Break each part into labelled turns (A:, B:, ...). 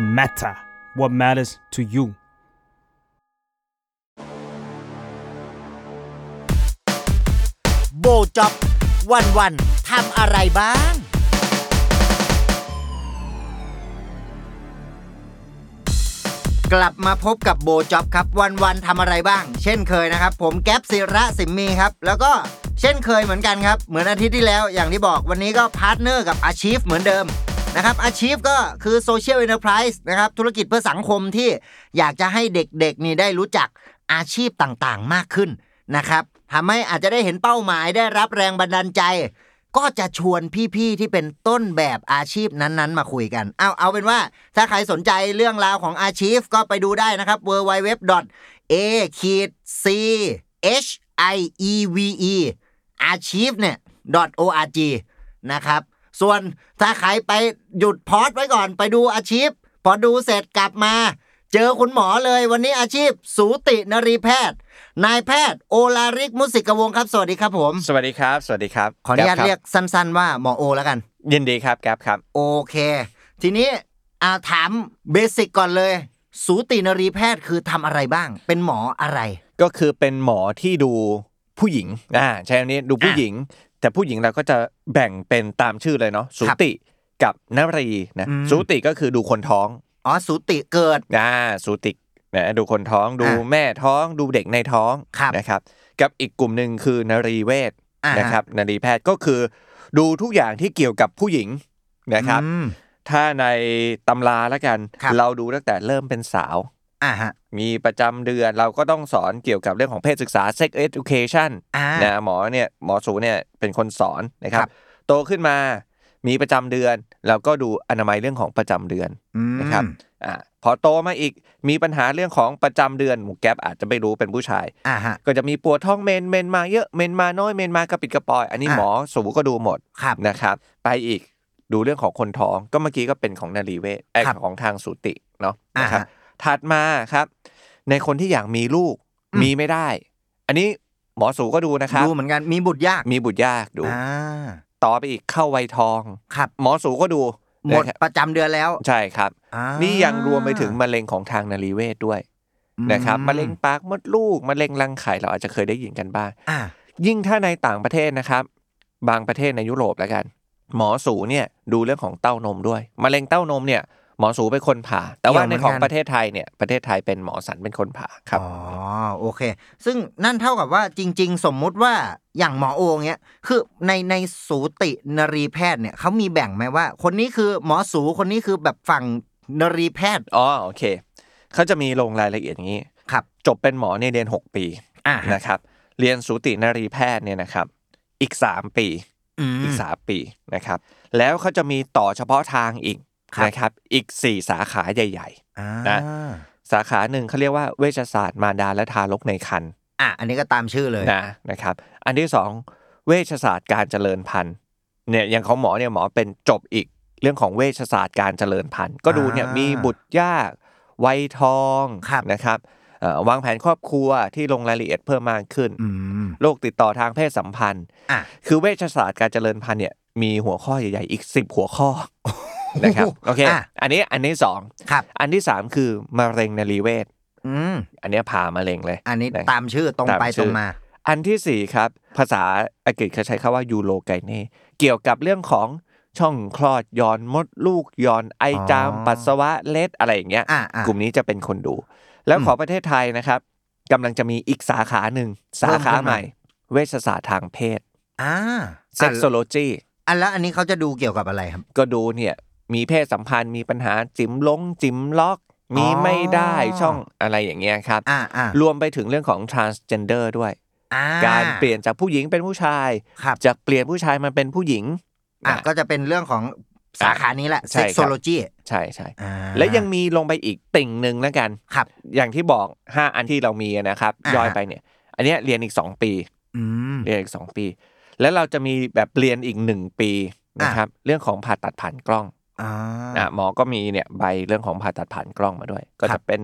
A: matter what matters to you
B: โบจ็อบวันวันๆทำอะไรบ้าง กลับมาพบกับโบจ็อบครับวันวันๆทำอะไรบ้าง เช่นเคยนะครับ ผมแก๊ปศิระสิมมีครับ แล้วก็เช่นเคยเหมือนกันครับ เหมือนอาทิตย์ที่แล้วอย่างที่บอกวันนี้ก็พาร์ทเนอร์กับอาชีพเหมือนเดิมนะครับอาชีพก็คือโซเชียล n อ e r p r i s e นะครับธุรกิจเพื่อสังคมที่อยากจะให้เด็กๆนี่ได้รู้จักอาชีพต่างๆ มากขึ้นนะครับทำให้อาจจะได้เห็นเป้าหมายได้รับแรงบันดาลใจ ก็จะชวนพี่ๆที่เป็นต้นแบบอาชีพนั้นๆ มาคุยกัน เอาเอาเป็นว่าถ้าใครสนใจเรื่องราวของอาชีพก็ไปดูได้นะครับ w w w a c h i e v e อาชีพเนี่ย .org นะครับ ส่วนถ้าใครไปหยุดพอดไว้ก่อนไปดูอาชีพ พอดูเสร็จกลับมา เจอคุณหมอเลยวันนี้อาชีพ สูตินรีแพทย์ นายแพทย์โอลาริกมุสิกวงศ์ครับ สวัสดีครับผม
C: สวัสดีครับ สวัสดีครับ
B: ขออนุญาต
C: แคบคบ
B: เรียกสั้นๆว่าหมอโอแล้วกัน
C: ยินดีครับแก๊ปครับ
B: โอเค ทีนี้อาถามเบสิกก่อนเลย สูตินรีแพทย์คือทำอะไรบ้าง เป็นหมออะไร
C: ก็คือเป็นหมอที่ดูผู้หญิงอ่าใช่อันนี้ดูผู้หญิง แต่ผู้หญิงเราก็จะแบ่งเป็นตามชื่อเลยเนาะสูติกับนรีนะ
B: อืม
C: สูติก็คือดูคนท้อง
B: อ๋อสูติเกิด
C: อ่าสูตินะดูคนท้องดู
B: อ่า
C: แม่ท้องดูเด็กในท้อง
B: ครับ
C: นะครับ กับอีกกลุ่มหนึ่งคือนรีเวช
B: อ่าฮ
C: นะครับนรีแพทย์ก็คือ ดูทุกอย่างที่เกี่ยวกับผู้หญิงนะครับ
B: อืม
C: ถ้าในตำราละกัน
B: ครับ
C: เราดูตั้งแต่เริ่มเป็นสาว
B: อ่าฮะ
C: มีประจำเดือนเราก็ต้องสอนเกี่ยวกับเรื่องของเพศศึกษา sex education
B: อ่า
C: นะหมอเนี่ยหมอสูเนี่ยเป็นคนสอนนะครั
B: ครับ บ
C: โตขึ้นมามีประจำเดือน เราก็ดูอนามัยเรื่องของประจำเดือน
B: อืม
C: นะครับอ่าพอโตมาอีกมีปัญหาเรื่องของประจำเดือนหมูแก๊ปอาจจะไม่รู้เป็นผู้ชาย
B: อ่าฮะ
C: ก็จะมีปวดท้องเมนเมนมาเยอะเมนมาน้อยเมนมากระปิดกระปอย อันนี้
B: อ่ะ
C: หมอสูก็ดูหมด
B: ครับ
C: นะครับไปอีกดูเรื่องของคนท้องก็เมื่อกี้ก็เป็นของนารีเวชไอย
B: ครับ
C: ของทางสูติเนาะ
B: อ่าฮะ
C: นะครับ ถัดมาครับ ในคนที่อยากมีลูก
B: อืม
C: มีไม่ได้ อันนี้หมอสูก็ดูนะครับ
B: ดูเหมือนกันมีบุตรยาก
C: มีบุตรยากดู
B: อ่า
C: ต่อไปอีกเข้าวัยทอง
B: ครับ
C: หมอสูก็ดู
B: หมด
C: นะครับ
B: ประจำเดือนแล้ว
C: ใช่ครับ
B: อ่า
C: นี่ยังรวมไปถึงมะเร็งของทางนารีเวชด้วยนะครับมะเร็งปากมดลูกมะเร็งรังไข่เราอาจจะเคยได้ยินกันบ้าง
B: อ่า
C: ยิ่งถ้าในต่างประเทศนะครับ บางประเทศในยุโรปแล้วกัน หมอสูเนี่ยดูเรื่องของเต้านมด้วยมะเร็งเต้านมเนี่ยหมอสูเป็นคนผ่า แต่ว่าในของประเทศไทยเนี่ยประเทศไทยเป็นหมอสันเป็นคนผ่าครับ
B: อ๋อโอเค ซึ่งนั่นเท่ากับว่าจริง ๆ สมมุติว่าอย่างหมอโอเนี้ยคือในในสูตินรีแพทย์เนี่ยเขามีแบ่งไหมว่า คนนี้คือหมอสูคนนี้คือแบบฝั่งนรีแพทย์
C: อ๋อโอเคเขาจะมีลงรายละเอียดอย่างนี้
B: ครับ
C: จบเป็นหมอเนี่ยเรียน 6 ปี
B: อ่า
C: นะครับ เรียนสูตินรีแพทย์เนี่ยนะครับ อีก 3 ปีอี
B: อี
C: ก
B: กสาม
C: 3 ปีนะครับ แล้วเขาจะมีต่อเฉพาะทางอีก
B: ครับ
C: นะครับ อีก 4 สาขาใหญ่
B: นะ
C: นะ ๆ สาขาหนึ่งเขาเรียกว่าเวชศาสตร์มารดาและทารกในครรภ์
B: อ่ะ อันนี้ก็ตามชื่อเลย
C: นะนะครับ อันที่ 2 เวชศาสตร์การเจริญพันธุ์เนี่ยอย่างของหมอเนี่ยหมอเป็นจบอีกเรื่องของเวชศาสตร์การเจริญพันธุ์ก็ดูเนี่ย
B: อ่ามี
C: มีบุตรยากวัยทอง
B: ครับ
C: นะครับเอ่อวางแผนครอบครัวที่ลงรายละเอียดเพิ่มมากขึ้น
B: อืม
C: โรคติดต่อทางเพศสัมพันธ์
B: อ่ะ
C: คือเวชศาสตร์การเจริญพันธุ์เนี่ยมีหัวข้อใหญ่ๆ อีก 10 หัวข้อนะครับ โอเค
B: อ่ะ
C: อันนี้อันที่สอง
B: ครับ
C: อันที่สามคือมะเร็งนรีเวช
B: อืม
C: อันเนี้ยผ่ามะเร็งเลย
B: อันนี้
C: นะ
B: ตามชื่อตรง
C: ตาม
B: ไป
C: ชื่
B: ตร
C: อ
B: งมา
C: อันที่สี่ครับ ภาษาอังกฤษเขาใช้คำว่ายูโรไกเน่เกี่ยวกับเรื่องของช่องคลอดหยอนมดลูกหยอนไอจาม
B: อ๋อ
C: ปัสสาวะเล็ดอะไรอย่างเงี้ย
B: อ่ะอ่ะ
C: กลุ่มนี้จะเป็นคนดู แล้ว
B: อืม
C: ของประเทศไทยนะครับกำลังจะมีอีกสาขาหนึ่งสาขา
B: เพิ่มขึ้นมา
C: ใหม่ เวชศาสตร์ทางเพศ
B: อ่า
C: sexology
B: อันแล้วอันนี้เขาจะดูเกี่ยวกับอะไรครับ
C: ก็ดูเนี่ยมีเพศสัมพันธ์มีปัญหาจิ๋มลงจิ๋มล็อก มี
B: อ๋อ
C: ไม่ได้ช่องอะไรอย่างเงี้ยครับ
B: อ่าอ่าร
C: วมไปถึงเรื่องของ transgender ด้วย
B: อ่า
C: การเปลี่ยนจากผู้หญิงเป็นผู้ชาย
B: ครับ
C: จากเปลี่ยนผู้ชายมาเป็นผู้หญิง
B: อ่ะ
C: นะ
B: ก็จะเป็นเรื่องของสาขานี้แหละ
C: ใช่ครับ
B: sexology
C: ใช่ใช่
B: อ่า
C: และยังมีลงไปอีกติ่งหนึ่งแล้วกัน
B: ครับ
C: อย่างที่บอก 5 อันที่เรามีนะครับ
B: อ่าฮะ
C: ย่อยไปเนี่ย อันเนี้ยเรียนอีก 2 ปี
B: อืม
C: เรียนอีก 2 ปี แล้วเราจะมีแบบเรียนอีก 1 ปี
B: อ่ะ
C: นะครับ เรื่องของผ่าตัดผ่านกล้อง
B: อ่า
C: อ่ะหมอก็มีเนี่ยใบเรื่องของผ่าตัดผ่านกล้องมาด้วย ก็
B: ครั
C: จะ
B: บ
C: เป็น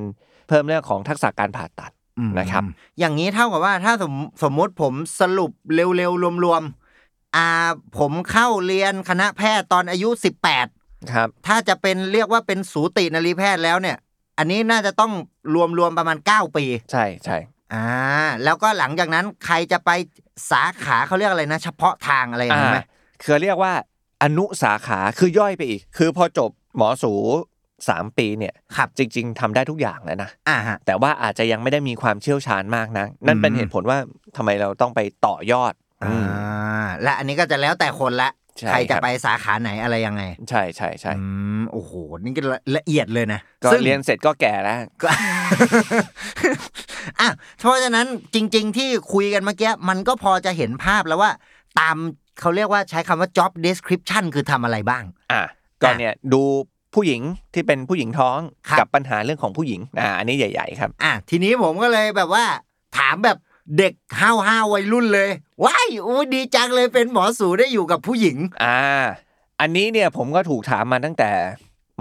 C: เพิ่มเรื่องของทักษะการผ่าตัด
B: อืม
C: นะครับ
B: อย่างนี้เท่ากับว่าถ้าสมสมมติผมสรุปเร็วๆรวมๆอ่าผมเข้าเรียนคณะแพทย์ตอนอายุ 18
C: ครับ
B: ถ้าจะเป็นเรียกว่าเป็นสูตินรีแพทย์แล้วเนี่ย อันนี้น่าจะต้องรวมรวมๆประมาณ 9 ปี
C: ใช่ใช่
B: อ่าแล้วก็หลังจากนั้นใครจะไปสาขาเขาเรียกอะไรนะ เฉพาะทางอะไรอย่าง
C: อ่า
B: นี้นไหม
C: คือเรียกว่าอนุสาขาคือย่อยไปอีก คือพอจบหมอสูสามปีเนี่ย
B: ครับ
C: จริง ๆทำได้ทุกอย่างแล้วนะ
B: อ่าฮะ
C: แต่ว่าอาจจะยังไม่ได้มีความเชี่ยวชาญมากนะ นั่นเป็น
B: อืม
C: เหตุผลว่าทำไมเราต้องไปต่อยอด
B: อ่
C: อืม
B: าและอันนี้ก็จะแล้วแต่คนละ
C: ใช่
B: ใครจะ
C: ครับ
B: ไปสาขาไหนอะไรยังไง
C: ใช่ใช่ใช่
B: อืมโอ้โหนี่ก็ละละเอียดเลยนะ
C: ก็
B: ซึ่ง
C: เรียนเสร็จก็แก่แล้ว
B: ก็ อ่ะเพราะฉะนั้นจริง ๆ ที่คุยกันเมื่อกี้มันก็พอจะเห็นภาพแล้วว่า ตามเขาเรียกว่าใช้คำว่า job description คือทำอะไรบ้าง
C: อ่ะก็เนี่ยดูผู้หญิงที่เป็นผู้หญิงท้อง
B: ครับ
C: กับปัญหาเรื่องของผู้หญิงอ่าอันนี้ใหญ่ ๆ ครับ
B: อ่ะทีนี้ผมก็เลยแบบว่า ถามแบบเด็กห้าวห้าวัยรุ่นเลยว้ายอู้ดีจังเลยเป็นหมอสูได้อยู่กับผู้หญิง
C: อ่า อันนี้เนี่ยผมก็ถูกถามมาตั้งแต่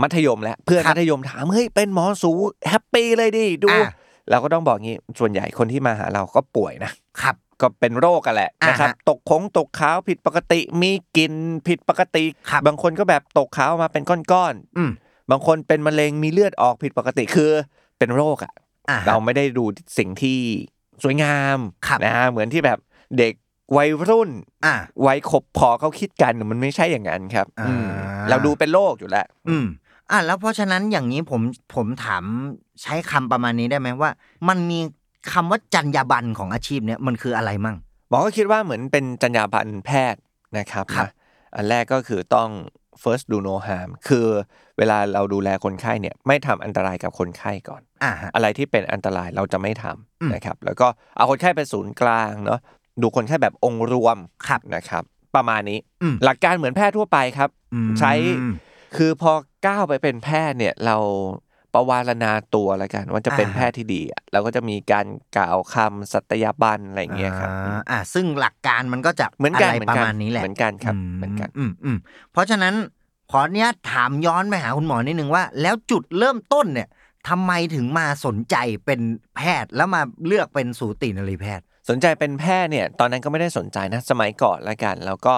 C: มัธยมแล้วเพื่อน
B: ครับ
C: มัธยมถามเฮ้ยเป็นหมอสูแฮปปี้เลยดิดู
B: อ่ะ
C: เราก็ต้องบอกงี้ส่วนใหญ่คนที่มาหาเราก็ป่วยนะ
B: ครับ
C: ก็เป็นโรคกันแหละ
B: อ่าฮะ
C: นะครับ ตกคงตกขาวผิดปกติมีกลิ่นผิดปกติ
B: ครับ
C: บางคนก็แบบตกขาวมาเป็นก้อน
B: อืม
C: ๆบางคนเป็นมะเร็งมีเลือดออกผิดปกติคือเป็นโรคอ่ะ
B: อ่ะ
C: เราไม่ได้ดูสิ่งที่สวยงาม
B: ครับ
C: นะฮะเหมือนที่แบบเด็กวัยรุ่น
B: อ่ะ
C: วัยขบพอเขาคิดกันมันไม่ใช่อย่างนั้นครับ
B: อ่า
C: อืมเราดูเป็นโลกอยู่แล้ว
B: อืมอ่ะแล้วเพราะฉะนั้นอย่างนี้ผมผมถามใช้คำประมาณนี้ได้ไหมว่า มันมีคำว่าจรรยาบรรณของอาชีพเนี้ยมันคืออะไรมั่ง
C: หมอก็คิดว่าเหมือนเป็นจรรยาบรรณแพทย์นะครับ
B: ครับ
C: นะอันแรกก็คือต้อง first do no harm คือเวลาเราดูแลคนไข้เนี่ยไม่ทำอันตรายกับคนไข้ก่อน
B: อ่ะฮะ
C: อะไรที่เป็นอันตรายเราจะไม่ท
B: อืม
C: ำนะครับ แล้วก็เอาคนไข้เป็นศูนย์กลางเนาะดูคนไข้แบบองค์รวม
B: ครับ
C: นะครับ ประมาณนี้
B: อืม
C: หลักการเหมือนแพทย์ทั่วไปครับ
B: อืม
C: ใช้ คือพอก้าวไปเป็นแพทย์เนี่ยเราประวารณาตัวแล้วกัน ว่าจะเป็นแพทย์ที่ดีอะเราก็จะมีการกล่าวคำสัตยาบันอะไรอย่างเงี้ยครับ
B: อ่าอ่ะซึ่งหลักการมันก็จะ
C: เหมือนกัน
B: อะไร
C: เหมือ
B: ป
C: น
B: ระ
C: กัน
B: มาณนี้แหละ
C: เหมือนกันครับเหมือนกัน
B: อืมอืมเพราะฉะนั้นขออนุญาตถามย้อนไปหาคุณหมอนิดนึงว่า แล้วจุดเริ่มต้นเนี่ยทำไมถึงมาสนใจเป็นแพทย์แล้วมาเลือกเป็นสูตินรีแพทย์
C: สนใจเป็นแพทย์เนี่ยตอนนั้นก็ไม่ได้สนใจนะสมัยก่อนละกัน แล้วก็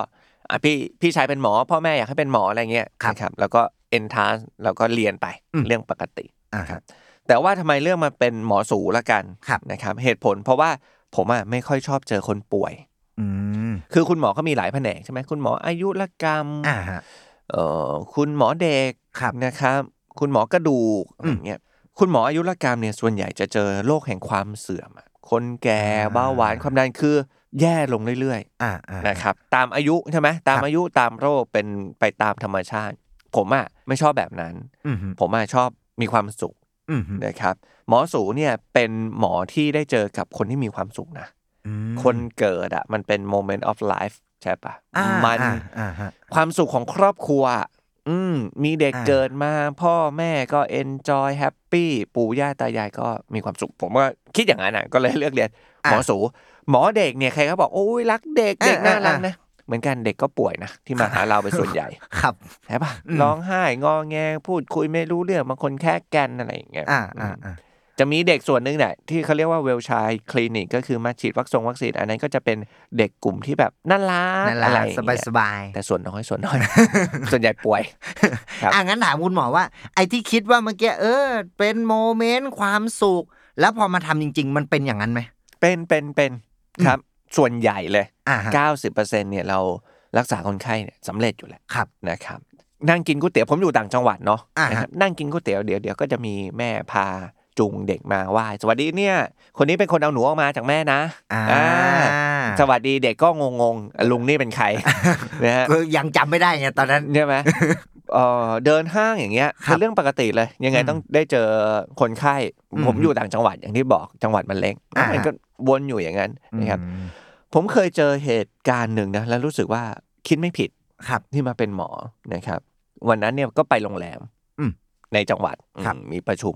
C: อ่ะพี่พี่ชายเป็นหมอ พ่อแม่อยากให้เป็นหมออะไรเงี้ย
B: ครับ
C: นะครับแล้วก็เอนทานแล้วก็เรียนไป
B: อืม
C: เรื่องปกติ
B: อ่ะ
C: ครับแต่ว่าทำไมเรื่องมาเป็นหมอสูละกัน
B: ครับ
C: นะครับ เหตุผลเพราะว่าผมอ่ะไม่ค่อยชอบเจอคนป่วย
B: อืม
C: คือคุณหมอเขามีหลายแผนกใช่ไหมคุณหมออายุรกรรม
B: อ่ะฮะ
C: เอ่อคุณหมอเด็ก
B: ครับ
C: นะครับ คุณหมอกระดูก
B: อืม
C: อย่างเงี้ยคุณหมออายุรกรรมเนี่ยส่วนใหญ่จะเจอโรคแห่งความเสื่อมอะคนแก่
B: อ่า
C: เบาหวานความดันคือแย่ลงเรื่อย
B: อ่ะอ่ะ
C: ๆนะครับตามอายุใช่ไหมตา
B: ค
C: ม
B: รับ
C: อายุตามโรคเป็นไปตามธรรมชาติ ผมอ่ะไม่ชอบแบบนั้น
B: อืมฮึ
C: ผมอ่ะชอบมีความสุข
B: อืมฮึ
C: นะครับหมอสูเนี่ยเป็นหมอที่ได้เจอกับคนที่มีความสุขนะ
B: อืม
C: คนเกิดอ่ะมันเป็น moment of life ใช่ปะ
B: อ่ะ
C: มัน
B: อ่ะอ่ะฮะ
C: ความสุขของครอบครัวอะอืมมีเด็ก
B: อ่า
C: เกิดมา พ่อแม่ก็ enjoy happy ปู่ย่าตายายก็มีความสุข ผมว่าคิดอย่างนั้นอ่ะก็เลยเลือกเรียนหมอสู หมอเด็กเนี่ยใครก็บอกโอ้ยรักเด็กเด็กน่ารักนะ เหมือนกันเด็กก็ป่วยนะ ที่มาหาเราเป็นส่วนใหญ่
B: ครับ
C: ใช่ปะ
B: อืม
C: ร้องไห้งอแงพูดคุยไม่รู้เรื่องบางคนแค่แกนอะไรอย่างเงี้ย
B: อ่ะอ่ะอ่ะ
C: จะมีเด็กส่วนหนึ่งเนี่ยที่เขาเรียกว่าเวลชายคลินิกก็คือมาฉีดวัคซงวัคซีนอันนั้นก็จะเป็นเด็กกลุ่มที่แบบน่ารัก
B: นั่นแห
C: อะไร
B: ละ
C: อ
B: ส
C: งเงี้
B: บายสบายๆ
C: แต่ส่วนน้อยส่วนน้อย ส่วนใหญ่ป่วย ครับ
B: อ่ะงั้นถามคุณหมอว่า ไอ้ที่คิดว่าเมื่อกี้เออ เป็นโมเมนต์ความสุข แล้วพอมาทำจริง ๆ มันเป็นอย่างนั้นไหม
C: เป็นเป็นเป็น
B: อืม
C: ครับ ส่วนใหญ่เลย
B: อ่าฮะ
C: 90%เนี่ยเรารักษาคนไข้เนี่ยสำเร็จอยู่แล้ว
B: ครับ
C: นะครับ นั่งกินก๋วยเตี๋ยวผมอยู่ต่างจังหวัดเนาะ
B: อ่าฮะ
C: นะครับนั่งกินก๋วยเตี๋ยวเดี๋ยวเดี๋ยวก็จะมีแม่พาจูงเด็กมาไหว้สวัสดีเนี่ย คนนี้เป็นคนเอาหนูออกมาจากแม่นะ
B: อ่า
C: อ่า สวัสดีเด็กก็งงๆ ลุงนี่เป็นใคร นะฮะ
B: ก็ยังจำไม่ได้ไงตอนนั้น
C: ใช่ไหมเอ่อเดินห้างอย่างเงี้ย
B: ครับ
C: เป็นเรื่องปกติเลย ยังไง
B: อืม
C: ต้องได้เจอคนไข้
B: อืม
C: ผมอยู่ต่างจังหวัดอย่างที่บอกจังหวัดมันเล็ก
B: อ่ามั
C: มันก็วนอยู่อย่างนั้นนะครับ
B: อืม
C: ผมเคยเจอเหตุการณ์หนึ่งนะแล้วรู้สึกว่าคิดไม่ผิด
B: ครับ
C: ที่มาเป็นหมอนะครับ วันนั้นเนี่ยก็ไปโรงแรม
B: อืม
C: ในจังหวัด
B: ครับ
C: อืมมีประชุม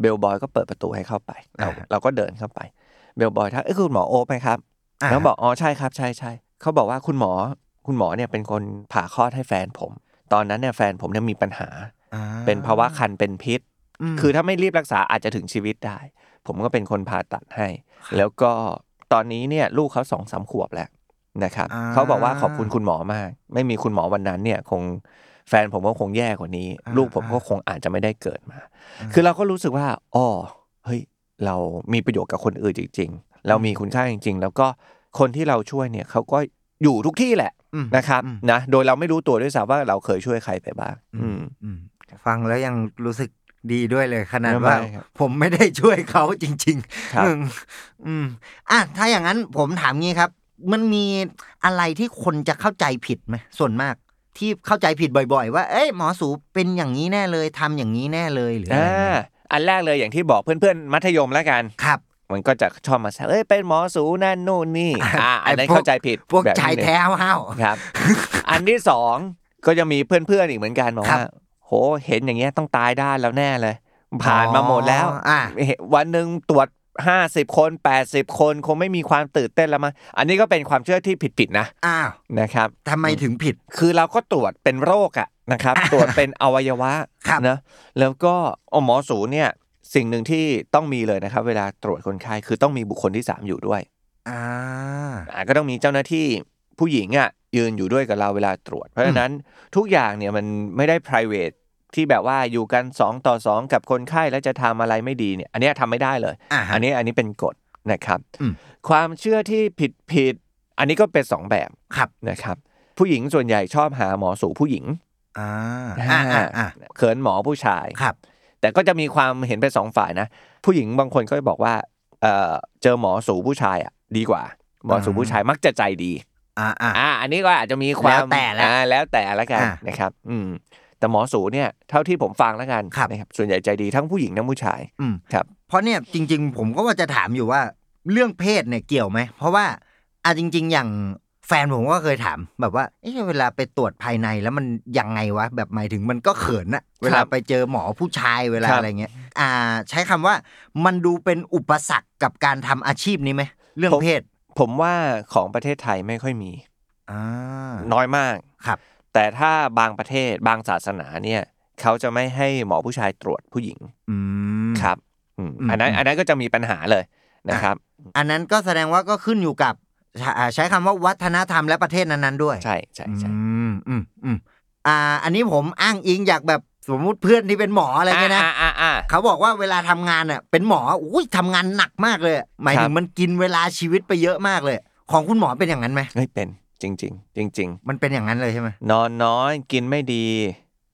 C: เบลบอยก็เปิดประตูให้เข้าไปเรา
B: อ่าฮะ
C: เราก็เดินเข้าไปเบลบอยทักเอ้ยคุณหมอโอ๊คไหมครับ แล้วบอกอ๋อใช่ครับใช่ใช่เขาบอกว่าคุณหมอคุณหมอเนี่ยเป็นคนผ่าคลอดให้แฟนผม ตอนนั้นเนี่ยแฟนผมเนี่ยมีปัญหา
B: อ่า
C: เป็นภาวะคันเป็นพิษ
B: ม
C: คือถ้าไม่รีบรักษาอาจจะถึงชีวิตได้ ผมก็เป็นคนผ่าตัดให้
B: ครับ
C: แล้วก็ตอนนี้เนี่ยลูกเขาสองสามขวบแล้วนะครับ
B: อ่า
C: เขาบอกว่าขอบคุณคุณหมอมาก ไม่มีคุณหมอวันนั้นเนี่ยคง แฟนผมก็คงแย่กว่านี้
B: อ่า
C: ลูกผมก็คงอาจจะไม่ได้เกิดมา
B: อ่า
C: คือเราก็รู้สึกว่าอ๋อเฮ้ย เรามีประโยชน์กับคนอื่นจริง ๆ เรามีคุณค่าจริง ๆ แล้วก็คนที่เราช่วยเนี่ยเขาก็อยู่ทุกที่แหละ
B: อืม
C: นะครับ
B: อืม
C: นะโดยเราไม่รู้ตัวด้วยซ้ำว่าเราเคยช่วยใครไปบ้าง
B: อืม
C: อืม
B: อืมฟังแล้วยังรู้สึกดีด้วยเลยขนาด
C: ไม่
B: ว่า
C: ครับ
B: ผมไม่ได้ช่วยเขาจริง
C: ครั
B: ๆ
C: บ
B: อืมอืมอ่ะถ้าอย่างนั้นผมถามงี้ครับ มันมีอะไรที่คนจะเข้าใจผิดไหมส่วนมากที่เข้าใจผิดบ่อย ๆ ว่าเอ้ยหมอสูเป็นอย่างนี้แน่เลยทำอย่างนี้แน่เลยหรืออะไร
C: อ่า
B: เงี้ย
C: อันแรกเลยอย่างที่บอกเพื่อนๆ มัธยมแล้วกัน
B: ครับ
C: มันก็จะชอบมาแซวเอ้ยเป็นหมอสูนั่นนู่น นี่อ่า
B: ไอ้
C: อันนั้น
B: พวก
C: เข้าใจผิด
B: พวก
C: แบบ
B: ชาย
C: นี้
B: แท้ห้าว
C: ครับ อันที่สองก็จะมีเพื่อนๆอีกเหมือนกันบอก
B: ครับ
C: ว่าโหเห็นอย่างเงี้ยต้องตายด้านแล้วแน่เลย ผ่านมาหมดแล้ว
B: อ๋ออ่ะ
C: เห็นวันหนึ่งตรวจห้าสิบคนแปดสิบคนคงไม่มีความตื่นเต้นแล้วมั้งอันนี้ก็เป็นความเชื่อที่ผิดๆนะ
B: ๆอ้าว
C: นะครับ
B: ทำไมถึงผิด
C: คือเราก็ตรวจเป็นโรคอะนะครับ ตรวจเป็นอวัยวะ
B: ครับ
C: นะแล้วก็อ๋อหมอสูเนี่ยสิ่งหนึ่งที่ต้องมีเลยนะครับ เวลาตรวจคนไข้คือต้องมีบุคคลที่ 3 อยู่ด้วย
B: อ่า
C: อ่าก็ต้องมีเจ้าหน้าที่ผู้หญิงอะยืนอยู่ด้วยกับเราเวลาตรวจ เพราะฉะนั้นทุกอย่างเนี่ยมันไม่ได้ p r i v a t e ที่แบบว่าอยู่กัน 2 ต่อ 2 กับคนไข้แล้วจะทำอะไรไม่ดีเนี่ยอันเนี้ยทำไม่ได้เลย
B: อ่าฮะ
C: อันนี้อันนี้เป็นกฎนะครับ
B: อืม
C: ความเชื่อที่ผิดผิดๆอันนี้ก็เป็นสองแบบ
B: ครับ
C: นะครับ ผู้หญิงส่วนใหญ่ชอบหาหมอสูผู้หญิง
B: อ่า
C: อ่า
B: อ่าอ่าอ่า
C: เขินหมอผู้ชาย
B: ครับ
C: แต่ก็จะมีความเห็นเป็นสองฝ่ายนะ ผู้หญิงบางคนก็จะบอกว่าเอ่อเจอหมอสูผู้ชายอ่ะดีกว่า หมอสูผู้ชายมักจะใจดี
B: อ่าอ่า
C: อ่าอันนี้ก็อาจจะมีความ
B: แล้วแต่ละ
C: อ่าแล้วแต่ละกัน
B: อ่ะ
C: นะครับอืมแต่หมอสูเนี่ยเท่าที่ผมฟังแล้วกัน
B: ครับ
C: นะครับส่วนใหญ่ใจดีทั้งผู้หญิงทั้งผู้ชาย
B: อืม
C: ครับ
B: เพราะเนี่ยจริง ๆ ผมก็ว่าจะถามอยู่ว่าเรื่องเพศเนี่ยเกี่ยวไหม เพราะว่าอ่ะจริง ๆ อย่างแฟนผมก็เคยถามแบบว่าเอ๊ะเวลาไปตรวจภายในแล้วมันยังไงวะ แบบหมายถึงมันก็เขินอะเวลาไปเจอหมอผู้ชายเวลา
C: ครับ
B: อะไรเงี้ย อ่า ใช้คำว่ามันดูเป็นอุปสรรคกับการทำอาชีพนี้ไหมเรื่องเพศ
C: ผมว่าของประเทศไทยไม่ค่อยมี
B: อ่า
C: น้อยมาก
B: ครับ
C: แต่ถ้าบางประเทศบางศาสนาเนี่ยเขาจะไม่ให้หมอผู้ชายตรวจผู้หญิง
B: อืม
C: ครับอืม
B: อืม
C: อันนั้น
B: อืม
C: อันนั้นก็จะมีปัญหาเลยนะครับ
B: อันนั้นก็แสดงว่าก็ขึ้นอยู่กับใช้อ่าใช้คำว่าวัฒนธรรมและประเทศนั้นๆด้วย
C: ใช่ใช่ใช่
B: อืมอืมอืมอ่า อันนี้ผมอ้างอิงอยากแบบสมมุติเพื่อนที่เป็นหมออะไรเงี้ยนะ
C: อ่าอ่า
B: เขาบอกว่าเวลาทำงานอ่ะเป็นหมออุ้ยทำงานหนักมากเลย หมาย
C: ครั
B: ถึ
C: บ
B: งมันกินเวลาชีวิตไปเยอะมากเลย ของคุณหมอเป็นอย่างนั้นไหม
C: เฮ้ยเป็นจริงจริงๆ จริง
B: มันเป็นอย่างนั้นเลยใช่ไหม
C: ๆ นอนน้อยกินไม่ดี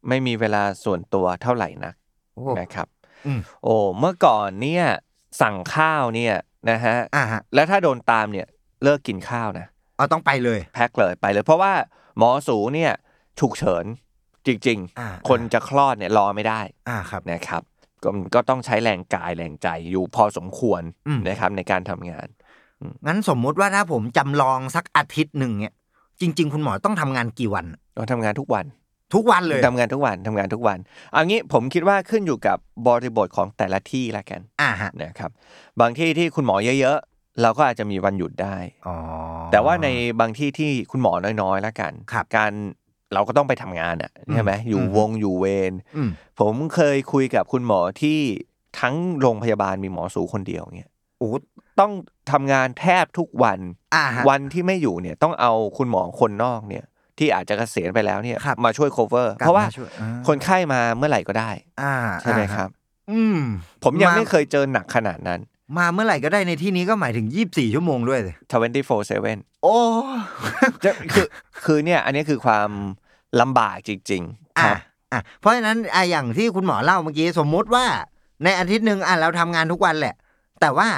C: ไม่มีเวลาส่วนตัวเท่าไหร่นัก
B: โอ้
C: นะครับ
B: อืม
C: โอ้เมื่อก่อนเนี่ยสั่งข้าวเนี่ยนะฮะ
B: อ่าฮะ
C: แล้วถ้าโดนตามเนี่ยเลิกกินข้าวนะ
B: เอาต้องไปเลย
C: แพ็คเลยไปเลย เพราะว่าหมอสูเนี่ยฉุกเฉินจริง
B: อ่า
C: ๆ คนจะคลอดเนี่ยรอไม่ได้
B: อ่าครับ
C: นะครับก็ก็ต้องใช้แรงกายแรงใจอยู่พอสมควร
B: อืม
C: นะครับในการทำงาน
B: งั้นสมมุติว่าถ้าผมจำลองสักอาทิตย์หนึ่งเนี่ยจริง ๆ คุณหมอต้องทำงานกี่วัน
C: ต้องทำงานทุกวัน
B: ทุกวันเลย
C: ทำงานทุกวันทำงานทุกวันเอางี้ผมคิดว่าขึ้นอยู่กับบริบทของแต่ละที่ละกัน
B: อ่าฮะ
C: นะครับบางที่ที่คุณหมอเยอะๆ เราก็อาจจะมีวันหยุดได้
B: อ๋อ
C: แต่ว่าในบางที่ที่คุณหมอน้อยๆละกัน
B: ครับ
C: การเราก็ต้องไปทำงานอ่ะใช่ไหมอยู่
B: อืม
C: วงอยู่เวร
B: อืม
C: ผมเคยคุยกับคุณหมอที่ทั้งโรงพยาบาลมีหมอสูคนเดียวเนี่ย
B: โอ้
C: ต้องทำงานแทบทุกวัน
B: อ่าฮะ
C: วันที่ไม่อยู่เนี่ยต้องเอาคุณหมอคนนอกเนี่ย ที่อาจจะเกษียณไปแล้วเนี่ย
B: ครับ
C: มาช่วย cover
B: กลับ
C: เพราะว่า
B: ช่ยอ่
C: คนไข้มาเมื่อไหร่ก็ได้
B: อ่า
C: ใช่ไหม
B: อ่า
C: ค
B: ฮะ
C: รับ
B: อืม
C: ผมยัง
B: มา
C: ไม่เคยเจอหนักขนาดนั้น
B: มาเมื่อไหร่ก็ได้ในที่นี้ก็หมายถึง 24 ชั่วโมงด้วยสิ
C: 24/7
B: โอ้
C: จะคือคือเนี่ยอันนี้คือความลำบากจริงๆค
B: อ่ะ
C: รับ
B: อ่ะเพราะฉะนั้นอ่ะอย่างที่คุณหมอเล่าเมื่อกี้สมมุติว่าในอาทิตย์หนึ่งอ่ะเราทำงานทุกวันแหละ แต่ว่า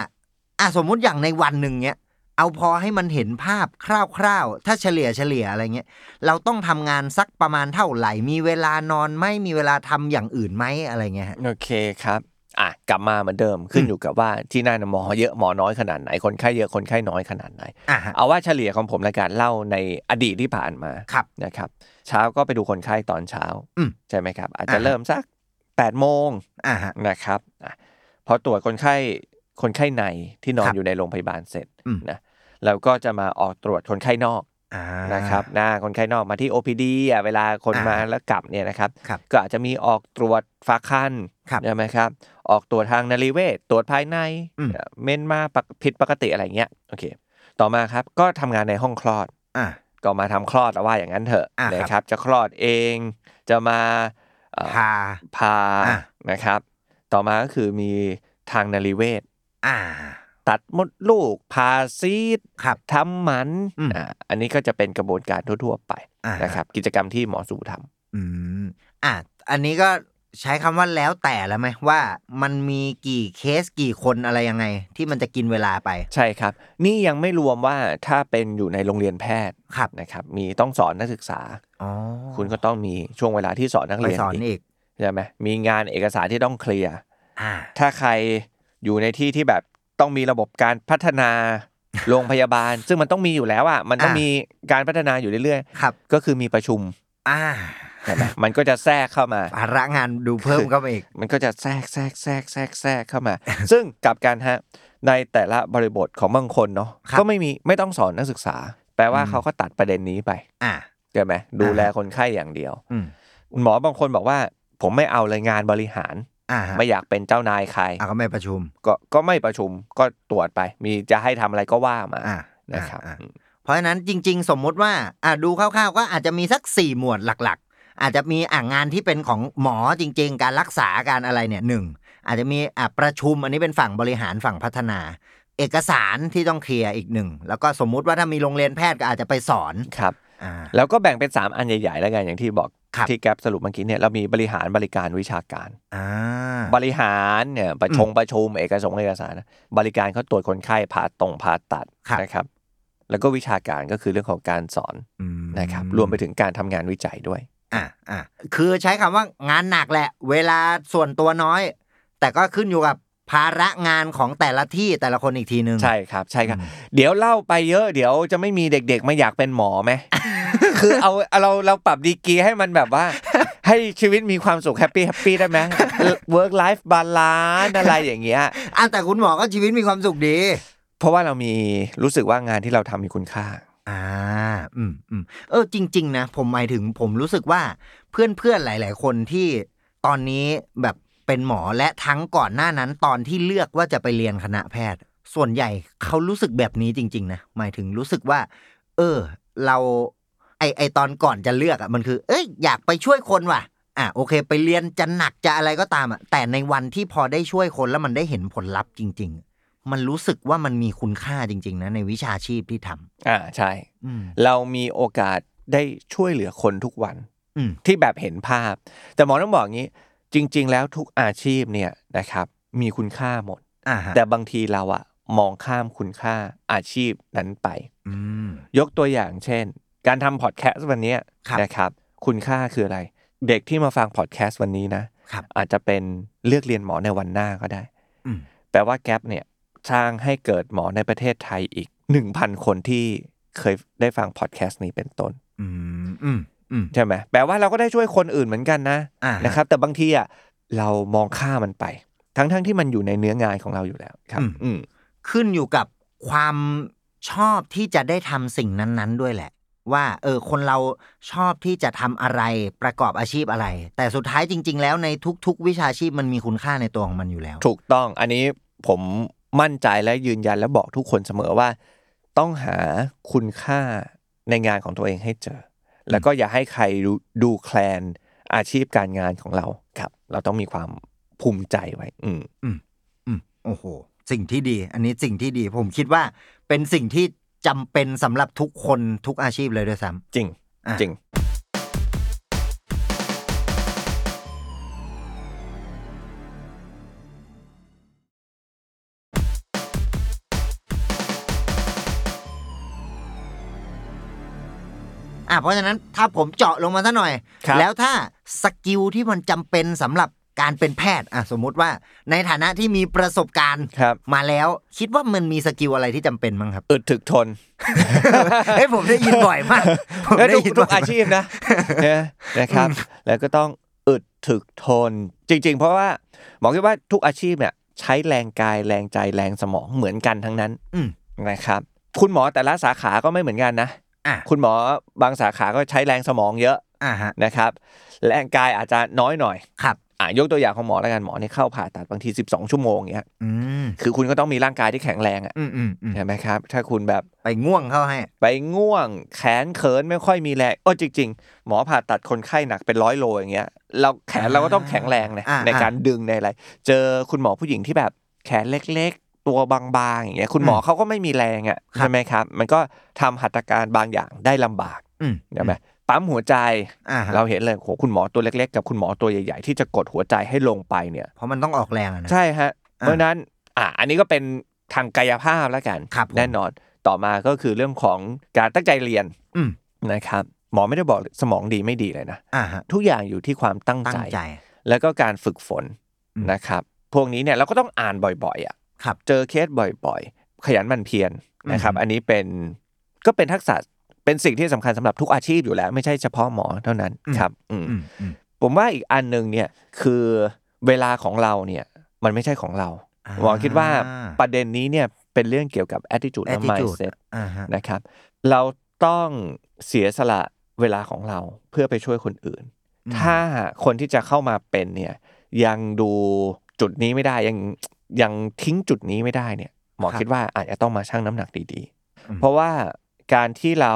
B: อ่ะสมมุติอย่างในวันหนึ่งเนี้ย เอาพอให้มันเห็นภาพคร่าวๆ ถ้าเฉลี่ยเฉลี่ยอะไรเงี้ย เราต้องทำงานสักประมาณเท่าไหร่ มีเวลานอนไหมมีเวลาทำอย่างอื่นไหมอะไรเงี้ยฮะ
C: โอเคครับอ่ะกลับมาเหมือนเดิมขึ้นอยู่กับว่าที่นั่นหมอเยอะหมอน้อยขนาดไหนคนไข้เยอะคนไข้น้อยขนาดไหน
B: อ่ะฮะ
C: เอาว่าเฉลี่ยของผมละกันเล่าในอดีตที่ผ่านมา
B: ครับ
C: นะครับ เช้าก็ไปดูคนไข้ตอนเช้า
B: อืม
C: ใช่ไหมครับ อาจจะ
B: อ่าฮะ
C: เริ่มสัก8ปดโมง
B: อ่ะฮะ
C: นะครับอ่ะพอตรวจคนไข้คนไข้ในที่นอ
B: คน รับ
C: อยู่ในโรงพยาบาลเสร็จ
B: อืม
C: นะแล้วก็จะมาออกตรวจคนไข้นอก
B: อ่า
C: นะครับนะคนไข้นอกมาที่ OPD อ่ะเวลาคน
B: อ่าม
C: มาแล้วกลับเนี่ยนะครับ
B: ครับ
C: ก็อาจจะมีออกตรวจฝากคัน
B: ครับ
C: ใช่ไหมครับ ออกตรวจทางนรีเวชตรวจภายใน
B: อืม
C: เอ่อเมนมาปกผิดปกติอะไรเงี้ยโอเค ต่อมาครับก็ทำงานในห้องคลอด
B: อ่ะ
C: ก็มาทำคลอดแล้วว่าอย่างนั้นเถอะ
B: อ่ะครับ
C: นะครับ จะคลอดเอง จะมาเอ่อ
B: พา
C: พา
B: อ่ะ
C: นะครับ ต่อมาก็คือมีทางนรีเวศ
B: อ่า
C: ตัดมดลูกพาซีด
B: ครับ
C: ทำหมัน
B: อืม
C: อ่ะอันนี้ก็จะเป็นกระบวนการทั่วๆไป
B: อ่า
C: นะครับ กิจกรรมที่หมอสูทำ
B: อืมอ่ะอันนี้ก็ใช้คำว่าแล้วแต่แล้วไหมว่า มันมีกี่เคสกี่คนอะไรยังไง ที่มันจะกินเวลาไป
C: ใช่ครับ นี่ยังไม่รวมว่าถ้าเป็นอยู่ในโรงเรียนแพทย์
B: ครับ
C: นะครับ มีต้องสอนนักศึกษา
B: อ๋อ
C: คุณก็ต้องมีช่วงเวลาที่สอนนัก
B: ไป
C: เรียน
B: สอน
C: อีก
B: อีก
C: ใช่ไหมมีงานเอกสารที่ต้องเคลียร์
B: อ่า
C: ถ้าใครอยู่ในที่ที่แบบต้องมีระบบการพัฒนา โรงพยาบาล ซึ่งมันต้องมีอยู่แล้วอ่ะมันต้อง
B: อ่ะ
C: มีการพัฒนาอยู่เรื่อย
B: ครับ
C: ๆ ก็คือมีประชุม
B: อ่า
C: ใช่ไหมมันก็จะแทรกเข้ามา
B: ภาระงานดูเพิ่มเข้ามาอีก
C: มันก็จะแทรกแทรกแทรกแทรกแทรก เข้ามา ซึ่งกลับกันฮะในแต่ละบริบทของบางคนเนาะ
B: ครับ
C: ก็ไม่มีไม่ต้องสอนนักศึกษา แปลว่า
B: อืม
C: เขาก็ตัดประเด็นนี้ไป
B: อ่า
C: ใช่ไหมดูแล
B: อ่า
C: คนไข้อย่างเดียว
B: อืม
C: หมอบางคนบอกว่า ผมไม่เอาเลยงานบริหาร
B: อ่าฮะ
C: ไม่อยากเป็นเจ้านายใคร
B: อ่ะก็ไม่ประชุม
C: ก็ก็ไม่ประชุมก็ตรวจไป มีจะให้ทำอะไรก็ว่ามา
B: อ่านะ
C: นะครับอืม
B: เพราะฉะนั้นจริง ๆ สมมุติว่าอ่ะดูคร่าวๆ ก็อาจจะมีสัก 4 หมวดหลักๆ อาจจะมีอ่ะงานที่เป็นของหมอจริง ๆ การรักษาการอะไรเนี่ยหนึ่งอาจจะมีอ่ะประชุมอันนี้เป็นฝั่งบริหารฝั่งพัฒนา เอกสารที่ต้องเคลียร์อีกหนึ่งแล้วก็สมมุติว่าถ้ามีโรงเรียนแพทย์ก็อาจจะไปสอน
C: ครับ
B: อ่า
C: แล้วก็แบ่งเป็น 3 อันใหญ่ๆแล้วกันอย่างที่บอก
B: ครับ
C: ที่แกปสรุปเมื่อกี้เนี่ยเรามีบริหารบริการวิชาการ
B: อ่า
C: บริหารเนี่ยประชงประชุมเอกสงค์เอกสารนะบริการเขาตรวจคนไข้ผ่าตรงผ่าตัด
B: ครับ
C: นะครับ แล้วก็วิชาการก็คือเรื่องของการสอน
B: อืม
C: นะครับ รวมไปถึงการทำงานวิจัยด้วย
B: อ่ะอ่ะคือใช้คำว่างานหนักแหละ เวลาส่วนตัวน้อย แต่ก็ขึ้นอยู่กับภาระงานของแต่ละที่แต่ละคนอีกทีนึง
C: ใช่ครับใช่ครับ เดี๋ยวเล่าไปเยอะ เดี๋ยวจะไม่มีเด็กๆมาอยากเป็นหมอ ไหม คือเอาเราเราปรับดีกรีให้มันแบบว่า ให้ชีวิตมีความสุขแฮปปี้แฮปปี้ได้ไหม work life balance อะไรอย่างเงี้ย
B: อ่ะแต่คุณหมอก็ชีวิตมีความสุขดี
C: เพราะว่าเรามีรู้สึกว่างานที่เราทำมีคุณค่า
B: อ่า อืมอืมเออจริง ๆ นะ ผมหมายถึงผมรู้สึกว่าเพื่อนๆ หลาย ๆ คนที่ตอนนี้แบบเป็นหมอและทั้งก่อนหน้านั้นตอนที่เลือกว่าจะไปเรียนคณะแพทย์ ส่วนใหญ่เขารู้สึกแบบนี้จริง ๆ นะ หมายถึงรู้สึกว่า เออ เราไอไอตอนก่อนจะเลือกอะ่ะมันคือ เอ้ยอยากไปช่วยคนว่ะ อ่ะโอเค ไปเรียนจะหนักจะอะไรก็ตามอะ่ะแต่ในวันที่พอได้ช่วยคนแล้วมันได้เห็นผลลัพธ์จริง ๆ มันรู้สึกว่ามันมีคุณค่าจริง ๆ นะในวิชาชีพที่ทำ
C: อ่าใช่
B: อืม
C: เรามีโอกาสได้ช่วยเหลือคนทุกวัน
B: อืม
C: ที่แบบเห็นภาพ แต่หมอต้องบอกอย่างนี้ จริง ๆ แล้วทุกอาชีพเนี่ยนะครับ มีคุณค่าหมด
B: อ่าฮะ
C: แต่บางทีเราอะมองข้ามคุณค่าอาชีพนั้นไป
B: อืม
C: ยกตัวอย่างเช่น การทำพอดแคสต์วันเนี้ย
B: ครับ
C: นะครับ คุณค่าคืออะไร เด็กที่มาฟังพอดแคสต์วันนี้นะครับอาจจะเป็นเลือกเรียนหมอในวันหน้าก็ได้
B: อืม
C: แปลว่าแกปเนี่ยสร้างให้เกิดหมอในประเทศไทยอีก 1,000 คนที่เคยได้ฟังพอดแคสต์นี้เป็นต้น
B: อืมอืมอืม
C: ใช่ไหมแปลว่าเราก็ได้ช่วยคนอื่นเหมือนกันนะ
B: อ่าฮะ
C: นะครับ แต่บางทีอ่ะเรามองข้ามมันไป ทั้งๆที่มันอยู่ในเนื้องานของเราอยู่แล้วครับ อืม
B: ขึ้นอยู่กับความชอบที่จะได้ทำสิ่งนั้นๆ ด้วยแหละ ว่า เออ คนเราชอบที่จะทำอะไรประกอบอาชีพอะไร แต่สุดท้ายจริง ๆ แล้วในทุก ๆ วิชาชีพมันมีคุณค่าในตัวของมันอยู่แล้ว
C: ถูกต้องอันนี้ผมมั่นใจและยืนยันและบอกทุกคนเสมอว่า ต้องหาคุณค่าในงานของตัวเองให้เจอ แล้วก็อย่าให้ใครดูดูแคลนอาชีพการงานของเราครับ เราต้องมีความภูมิใจไว้ อืม
B: อืมโอ้โห สิ่งที่ดี อันนี้สิ่งที่ดี ผมคิดว่าเป็นสิ่งที่จำเป็นสำหรับทุกคนทุกอาชีพเลยด้วยซ้ำ
C: จริง
B: อ่ะ
C: จริง
B: อ่ะเพราะฉะนั้นถ้าผมเจาะลงมาซะหน่อย
C: ครับ
B: แล้วถ้าสกิลที่มันจำเป็นสำหรับการเป็นแพทย์อ่ะสมมุติว่าในฐานะที่มีประสบการณ์
C: ครับ
B: มาแล้ว คิดว่ามันมีสกิลอะไรที่จำเป็นมั้งครับ
C: อึดถึกทน
B: เฮ้ยผมได้ยินบ่อยมากผม
C: แล้ว
B: ได้
C: ทุก
B: ยิน
C: ทุ
B: บ่
C: ก
B: ยม
C: อาชีพนะ นะนะครับ แล้วก็ต้องอึดถึกทน จริง ๆ เพราะว่าหมอคิดว่าทุกอาชีพเนี่ยใช้แรงกายแรงใจแรงสมองเหมือนกันทั้งนั้น
B: อืม
C: นะครับ คุณหมอแต่ละสาขาก็ไม่เหมือนกันนะ
B: อ่ะ
C: คุณหมอบางสาขาก็ใช้แรงสมองเยอะ
B: อ่ะฮะ
C: นะครับ แรงกายอาจจะน้อยหน่อย
B: ครับ
C: อ่ะยกตัวอย่างของหมอแล้วกันหมอเนี่ยเข้าผ่าตัดบางที 12 ชั่วโมงเงี้ย
B: อืม
C: คือคุณก็ต้องมีร่างกายที่แข็งแรงอ่ะ
B: อืมอืมอืม
C: ใช่ไหมครับ ถ้าคุณแบบ
B: ไปง่วงเข้าให้
C: ไปง่วงแขนเขินไม่ค่อยมีแรงโอ้จริง ๆ หมอผ่าตัดคนไข้หนักเป็นร้อยโลอย่างเงี้ยเราแขนเราก็ต้องแข็งแรงนะ
B: อ่า
C: ในการดึงในอะไร เจอคุณหมอผู้หญิงที่แบบแขนเล็ก ๆ ตัวบางๆอย่างเงี้ยคุณหมอเขาก็ไม่มีแรงอ่ะใช่ไหมครับ มันก็ทำหัตถการบางอย่างได้ลำบาก
B: อืม
C: ใช่ไหมปั๊มหัวใจ
B: อ่าฮะ
C: เราเห็นเลยโหคุณหมอตัวเล็ก ๆ กับคุณหมอตัวใหญ่ ๆ ที่จะกดหัวใจให้ลงไปเนี่ย
B: เพราะมันต้องออกแรงอะนะ
C: ใช่ฮะ
B: อ่า
C: เพราะฉะนั้น อ่ะอันนี้ก็เป็นทางกายภาพแล้วกัน
B: ครับผม
C: แน่นอน ต่อมาก็คือเรื่องของการตั้งใจเรียน
B: อืม
C: นะครับ หมอไม่ได้บอกสมองดีไม่ดีเลยนะ
B: อ่าฮะ
C: ทุกอย่างอยู่ที่ความตั้ง
B: ตั้
C: ใจ
B: งใจ
C: แล้วก็การฝึกฝน
B: อืม
C: นะครับ พวกนี้เนี่ยเราก็ต้องอ่านบ่อยๆอ่ะ
B: ครับ
C: เจอเคสบ่อยๆ ขยันหมั่นเพียรนะครับ
B: อืม
C: อันนี้เป็นก็เป็นทักษะ เป็นสิ่งที่สำคัญสำหรับทุกอาชีพอยู่แล้ว ไม่ใช่เฉพาะหมอเท่านั้นครับ อืม
B: อืมอืม
C: ผมว่าอีกอันหนึ่งเนี่ยคือเวลาของเราเนี่ยมันไม่ใช่ของเราหมอคิดว่าประเด็นนี้เนี่ยเป็นเรื่องเกี่ยวกับ attitude และ
B: attitude
C: mindset
B: อ่าฮะ
C: นะครับ เราต้องเสียสละเวลาของเราเพื่อไปช่วยคนอื่น
B: อืม
C: ถ้าคนที่จะเข้ามาเป็นเนี่ยยังดูจุดนี้ไม่ได้ยังยังทิ้งจุดนี้ไม่ได้เนี่ยหมอคิดว่าอาจจะต้องมาชั่งน้ำหนักดีๆ เพราะว่าการที่เรา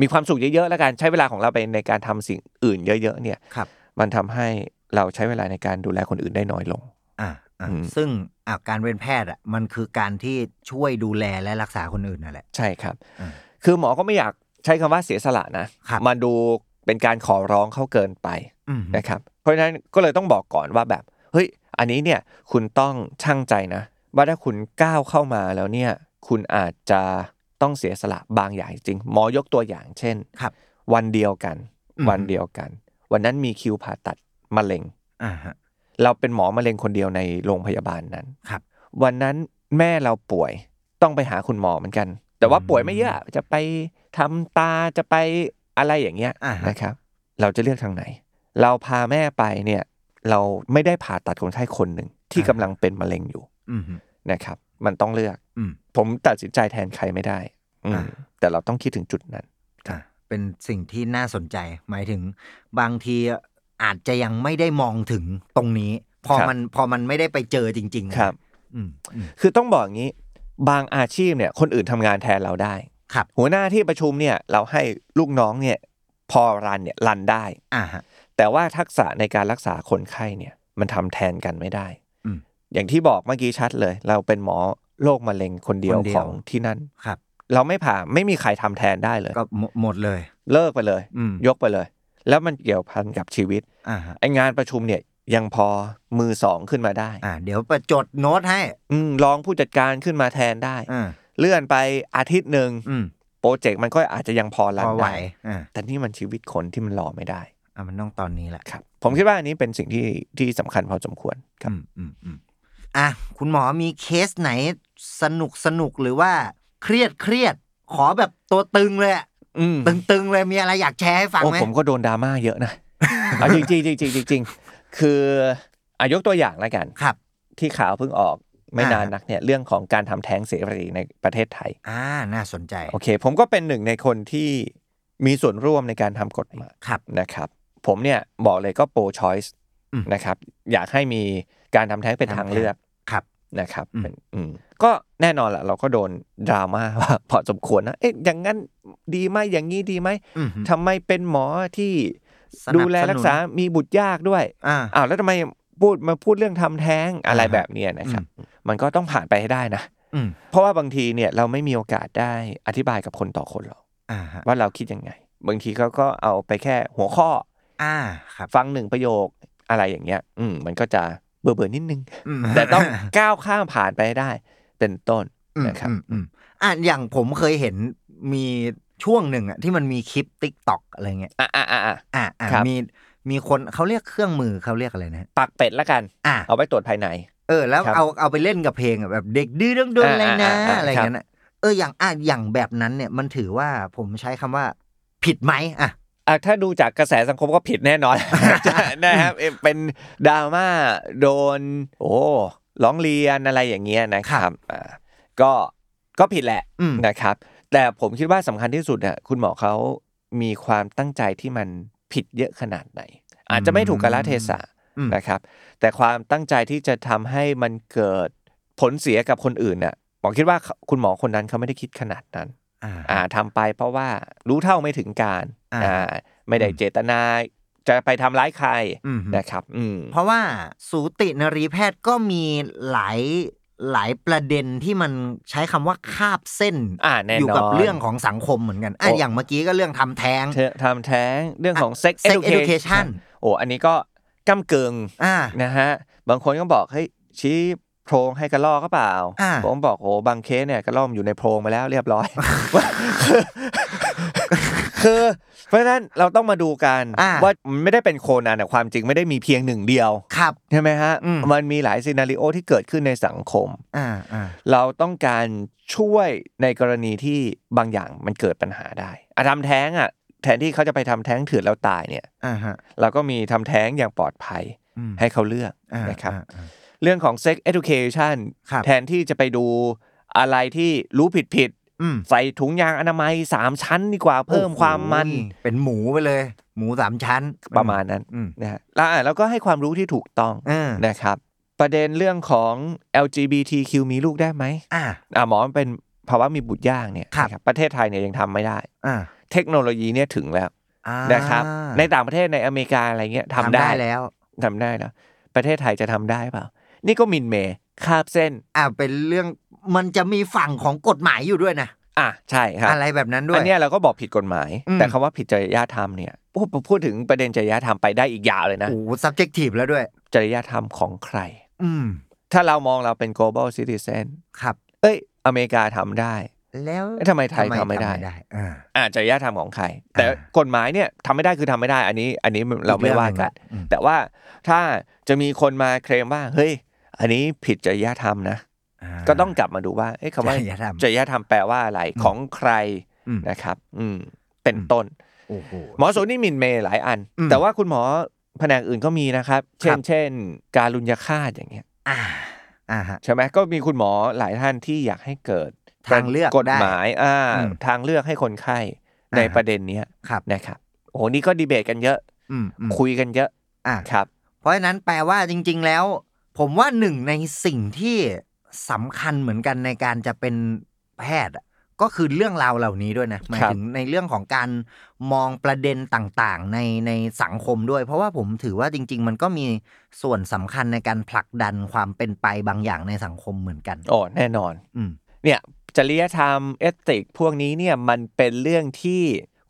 C: มีความสุขเยอะๆและการใช้เวลาของเราไปในการทำสิ่งอื่นเยอะๆเนี่ย
B: ครับ
C: มันทำให้เราใช้เวลาในการดูแลคนอื่นได้น้อยลง
B: อ่าอ่า
C: อืม
B: ซึ่งอ่ะการเป็นแพทย์อ่ะมันคือการที่ช่วยดูแลและรักษาคนอื่นนั่นแหละ
C: ใช่ครับ
B: อ่า
C: คือหมอก็ไม่อยากใช้คำว่าเสียสละนะครับ มันดูเป็นการขอร้องเขาเกินไป
B: อืม
C: นะครับ เพราะฉะนั้นก็เลยต้องบอกก่อนว่าแบบ เฮ้ย อันนี้เนี่ยคุณต้องชั่งใจนะ ว่าถ้าคุณก้าวเข้ามาแล้วเนี่ย คุณอาจจะต้องเสียสละบางอย่างจริง หมอยกตัวอย่างเช่น
B: ครับ
C: วันเดียวกัน
B: อืม
C: วันเดียวกัน วันนั้นมีคิวผ่าตัดมะเร็ง
B: อ่าฮะ
C: เราเป็นหมอมะเร็งคนเดียวในโรงพยาบาลนั้น
B: ครับ
C: วันนั้นแม่เราป่วยต้องไปหาคุณหมอเหมือนกัน แต่ว่า
B: อืม
C: ป่วยไม่เยอะ จะไปทำตาจะไปอะไรอย่างเงี้ย
B: อ่าฮะ
C: นะครับ เราจะเลือกทางไหน เราพาแม่ไปเนี่ย เราไม่ได้ผ่าตัดคนไข้คนหนึ่งที่กำลังเป็นมะเร็งอยู่
B: อืมฮึ
C: นะครับ มันต้องเลือก
B: อืม
C: ผมตัดสินใจแทนใครไม่ได้อืม
B: อ่า
C: แต่เราต้องคิดถึงจุดนั้น
B: อ่ะเป็นสิ่งที่น่าสนใจ หมายถึงบางทีอาจจะยังไม่ได้มองถึงตรงนี้ พอ
C: ครับ
B: มันพอมันไม่ได้ไปเจอจริงๆ
C: ครับ
B: อืมอืม
C: คือต้องบอกอย่างนี้ บางอาชีพเนี่ยคนอื่นทำงานแทนเราได้
B: ครับ
C: หัวหน้าที่ประชุมเนี่ยเราให้ลูกน้องเนี่ยพอรันเนี่ยรันได้
B: อ่าฮะ
C: แต่ว่าทักษะในการรักษาคนไข้เนี่ยมันทำแทนกันไม่ได้
B: อืม
C: อย่างที่บอกเมื่อกี้ชัดเลย เราเป็นหมอโรคมะเร็งคนเดียว
B: คนเดียว
C: ของที่นั่น
B: ครับ
C: เราไม่ผ่าไม่มีใครทำแทนได้เลย
B: ก็หมดหมดเลย
C: เลิกไปเลย
B: อืม
C: ยกไปเลย แล้วมันเกี่ยวพันกับชีวิต
B: อ่าฮะ
C: ไองานประชุมเนี่ยยังพอมือสองขึ้นมาได้
B: อ่า เดี๋ยวประจดโน้ตให้
C: อืมรองผู้จัดการขึ้นมาแทนได้
B: อ่า
C: เลื่อนไปอาทิตย์หนึ่ง
B: อืม
C: โปรเจกต์มันก็อาจจะยังพอรั
B: พ
C: น
B: อไหว
C: ได้
B: อ่า
C: แต่นี่มันชีวิตคนที่มันรอไม่ได้
B: อ่ะมันต้องตอนนี้แหละ
C: ครับ ผมคิดว่าอันนี้เป็นสิ่งที่ที่สำคัญพอสมควรครับ
B: อืมอืมอืมอ่ะคุณหมอมีเคสไหนสนุกสนุกหรือว่าเครียดเครียดขอแบบตัวตึงเลยอะ
C: อืม
B: ตึงๆเลยมีอะไรอยากแชร์ให้ฟัง
C: โอ้
B: ไหม
C: ผมก็โดนดราม่าเยอะ นะ เอาจริงๆจริงๆจริงๆคืออายกตัวอย่างแล้วกัน
B: ครับ
C: ที่ข่าวเพิ่งออกไม่นาน
B: อ่า
C: นักเนี่ยเรื่องของการทำแท้งเสรีในประเทศไทย
B: อ่าน่าสนใจ
C: โอเค ผมก็เป็นหนึ่งในคนที่มีส่วนร่วมในการทำกฎหมาย
B: ครับ
C: นะครับผมเนี่ยบอกเลยก็โปรช o อยส์
B: อืม
C: นะครับอยากให้มีการทำแท้งเป็นทางเลือก
B: ครับ
C: นะครับ
B: อืม
C: เป็นอืมก็แน่นอนแหละเราก็โดนดรา ม่า ว่าพอสมควรนะเอ๊ะอย่างนั้นดีไหมอย่างนี้ดีไหม
B: อืมฮึ
C: ทำไมเป็นหมอที่
B: สนับสนุน
C: ดูแลรักษามีบุตรยากด้วย
B: อ่า
C: อ้าวแล้วทำไมพูดมาพูดเรื่องทำแท้งอะไร
B: อ่าฮะ
C: แบบเนี้ยนะครับ มันก็ต้องผ่านไปให้ได้นะ
B: อืม
C: เพราะว่าบางทีเนี่ยเราไม่มีโอกาสได้อธิบายกับคนต่อคนหรอก
B: อ่าฮะ
C: ว่าเราคิดยังไง บางทีเขาก็เอาไปแค่หัวข้อ
B: อ่าครับ
C: ฟังหนึ่งประโยคอะไรอย่างเงี้ย อืมมันก็จะเบื่อเบื่อๆนิดนึง
B: อืม
C: แต่ต้อง ก้าวข้ามผ่านไปให้ได้ เป็นต้น
B: อืม
C: นะครับ
B: อืมอืมอ่าอย่างผมเคยเห็นมีช่วงหนึ่งอะที่มันมีคลิปติ๊กต็อกอะไรเงี้ย
C: อ่ะอ่ะอ่ะอ่ะ
B: อ่าอ่า
C: ครับ
B: มีมีคนเขาเรียกเครื่องมือเขาเรียกอะไรนะ
C: ปากเป็ดละกัน
B: อ่า
C: เอาไว้ตรวจภายใน
B: เออแล้ว
C: ครับ
B: เอาเอาไปเล่นกับเพลงอะแบบเด็กดื้อเรื่องโดนอะไรนะ
C: อ่าอ่าอ่า
B: อะไรเงี้ยนะเอออย่างอ่าอย่างแบบนั้นเนี่ยมันถือว่าผมใช้คำว่าผิดไหมอ่ะ
C: อ่ะถ้าดูจากกระแสสังคมก็ผิดแน่นอน นะครับเอ่อเป็นดราม่าโดน โอ้ร้องเรียนอะไรอย่างเงี้ยนะครับอ่าก็ก็ผิดแหละ
B: อืม
C: นะครับ แต่ผมคิดว่าสำคัญที่สุดเนี่ยคุณหมอเขามีความตั้งใจที่มันผิดเยอะขนาดไหน อาจจะไม่ถูกกาลเทศะ
B: อืม
C: นะครับ แต่ความตั้งใจที่จะทำให้มันเกิดผลเสียกับคนอื่นเนี่ยหมอคิดว่าคุณหมอคนนั้นเขาไม่ได้คิดขนาดนั้น
B: อ่า
C: อ่าทำไปเพราะว่ารู้เท่าไม่ถึงการ
B: อ่า
C: อ่าไม่ได้เจตนาจะไปทำร้ายใคร
B: อืม
C: นะครับ อืม
B: เพราะว่าสูตินรีแพทย์ก็มีหลายหลายประเด็นที่มันใช้คำว่าคาบเส้น
C: อ่าแน่นอน
B: ยู่กับเรื่องของสังคมเหมือนกันอ่ะ
C: โอ้
B: อย่างเมื่อกี้ก็เรื่องทำแท้ง
C: เธอทำแท้งเรื่องของ sex
B: อ่ะ sex
C: education
B: education
C: โอ้อันนี้ก็ก้ำเกิง
B: อ่า
C: นะฮะ บางคนก็บอกเฮ้ยชี้โพรงให้กระลอกก็เปล่า
B: อ่า
C: ผมบอกโอ้บางเคสเนี่ยกระลอกมันอยู่ในโพรงมาแล้วเรียบร้อย คือ เพราะฉะนั้นเราต้องมาดูกัน
B: อ่า
C: ว่ามันไม่ได้เป็นโคนันแต่ความจริงไม่ได้มีเพียงหนึ่งเดียว
B: ครับ
C: ใช่ไหมฮะ
B: อืม
C: มันมีหลายซีนารีโอที่เกิดขึ้นในสังคม
B: อ่าอ่า
C: เราต้องการช่วยในกรณีที่บางอย่างมันเกิดปัญหาได้อะทำแท้งอ่ะ แทนที่เขาจะไปทำแท้งเถื่อนแล้วตายเนี่ย
B: อ่าฮะ
C: เราก็มีทำแท้งอย่างปลอดภัย
B: อืม
C: ให้เขาเลือก
B: อ่า
C: นะครับ
B: อ่าอ่า
C: เรื่องของ sex education
B: ครับ
C: แทนที่จะไปดูอะไรที่รู้ผิดผิด
B: อืม
C: ๆใส่ถุงยางอนามัยสามชั้นดีกว่าเพิ่มความมัน
B: โอ้โหเป็นหมูไปเลย หมูสามชั้น
C: ประมาณนั้น
B: อืม
C: นะฮะแล้วอ่ะแล้วก็ให้ความรู้ที่ถูกต้อง
B: เออ
C: นะครับประเด็นเรื่องของ LGBTQ มีลูกได้ไหม
B: อ่า
C: อ่าหมอมันเป็นภาวะมีบุตรยากเนี่ย
B: ครับ
C: นะครับประเทศไทยเนี่ยยังทำไม่ได้
B: อ่า
C: เทคโนโลยีเนี่ยถึงแล้ว
B: อ่า
C: นะครับในต่างประเทศในอเมริกาอะไรเงี้ยทำได้
B: แล้ว
C: ทำได้แล้ว ประเทศไทยจะทำได้เปล่า นี่ก็มินเมย์คาบเส้น
B: อ่าเป็นเรื่องมันจะมีฝั่งของกฎหมายอยู่ด้วยนะ
C: อ่ะใช่ครับ
B: อะไรแบบนั้นด้วย
C: อันเนี้ยเราก็บอกผิดกฎหมาย
B: อืม
C: แต่คำว่าผิดจริยธรรมเนี่ยพูดพูดถึงประเด็นจริยธรรมไปได้อีกยาวเลยนะ
B: โอ้โห subjective แล้วด้วย
C: จริยธรรมของใคร
B: อืม
C: ถ้าเรามองเราเป็น global citizen
B: ครับ
C: เอ้ยอเมริกาทำได้
B: แล้ว
C: เอ๊ะทำไมไทยทำไม่ได้
B: อ่า
C: อาจจะยาธรรมของใคร แต่
B: อ่าก
C: ฎหมายเนี่ยทำไม่ได้คือทำไม่ได้ อันนี้ อันนี้เราไม่ว่ากัน
B: อีกเรื่องหนึ่งละอืม
C: แต่ว่าถ้าจะมีคนมาเคลมว่าเฮ้ย อันนี้ผิดจริยธรรมนะ ก็ต้องกลับมาดูว่าเอ๊ะคำว่า
B: จริยธรรม
C: จริยธรรมแปลว่าอะไรของใคร
B: อืม
C: นะครับ อืมเป็นต้น
B: โอ้โห
C: หมอสูนี่หมินเมย์หลายอัน
B: อืม
C: แต่ว่าคุณหมอแผนกอื่นก็มีนะครับ เช่
B: ครั
C: น
B: บ
C: เช่น การลุญยฆาตอย่างเงี้ย
B: อ่า อ่าฮะ
C: ใช่ไหมก็มีคุณหมอหลายท่านที่อยากให้เกิด
B: ทางเลือก
C: กฎหมายอ่า
B: อืม
C: ทางเลือกให้คนไข้ใน
B: อ่า
C: ประเด็นเนี้ย
B: ครับ
C: นะครับโอ้โหนี่ก็ดีเบตกันเยอะ
B: อืมอืม
C: คุยกันเยอะ
B: อ่า
C: ครับ
B: เพราะฉะนั้นแปลว่าจริง ๆ แล้ว ผมว่าหนึ่งในสิ่งที่สำคัญเหมือนกันในการจะเป็นแพทย์อะก็คือเรื่องราวเหล่านี้ด้วยนะหมาย
C: ครับ
B: ถึงในเรื่องของการมองประเด็นต่างๆ ในในสังคมด้วย เพราะว่าผมถือว่าจริง ๆ มันก็มีส่วนสำคัญในการผลักดันความเป็นไปบางอย่างในสังคมเหมือนกัน
C: โอ้แน่นอน
B: อืม
C: เนี่ยจริยธรรมเอติกพวกนี้เนี่ยมันเป็นเรื่องที่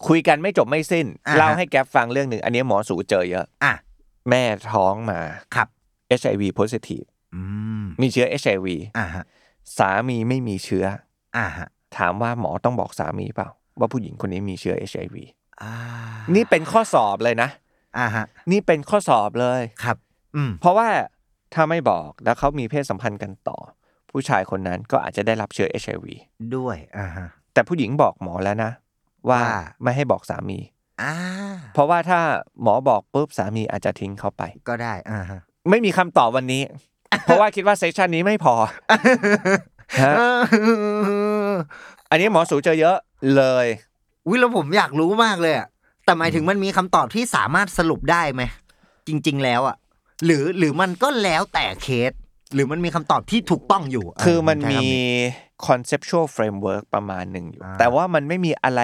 C: คุยกันไม่จบไม่สิ้น
B: อ่าฮะ
C: เล่าให้แกปฟังเรื่องหนึ่ง อันนี้หมอสูเจอเยอะ
B: อ่ะ
C: แม่ท้องมา
B: ครับ
C: HIV positive
B: อืม
C: มีเชื้อ HIV
B: อ่าฮะ
C: สามีไม่มีเชื้อ
B: อ่าฮะ
C: ถามว่าหมอต้องบอกสามีเปล่า ว่าผู้หญิงคนนี้มีเชื้อ HIV
B: อ่า
C: นี่เป็นข้อสอบเลยนะ
B: อ่าฮะ
C: นี่เป็นข้อสอบเลย
B: ครับ อืม
C: เพราะว่าถ้าไม่บอกแล้วเขามีเพศสัมพันธ์กันต่อ ผู้ชายคนนั้นก็อาจจะได้รับเชื้อ HIV
B: ด้วย อ่าฮะ
C: แต่ผู้หญิงบอกหมอแล้วนะ ว่า
B: ว่า
C: ไม่ให้บอกสามี
B: อ่า
C: เพราะว่าถ้าหมอบอกปุ๊บสามีอาจจะทิ้งเขาไป
B: ก็ได้ อ่าฮะ
C: ไม่มีคำตอบวันนี้ เพราะว่าคิดว่าเซสชันนี้ไม่พอ ฮะอันนี้หมอสูเจอเยอะเลย
B: วิแล้วผมอยากรู้มากเลยอะแต่หมายถึงมันมีคำตอบที่สามารถสรุปได้ไหม จริง ๆ แล้วอะหรือ หรือมันก็แล้วแต่เคส หรือมันมีคำตอบที่ถูกต้องอยู่ะ
C: คือมัน
B: ใช้
C: มี
B: คำ
C: conceptual framework ประมาณหนึ่งอยู่
B: อ่า
C: แต่ว่ามันไม่มีอะไร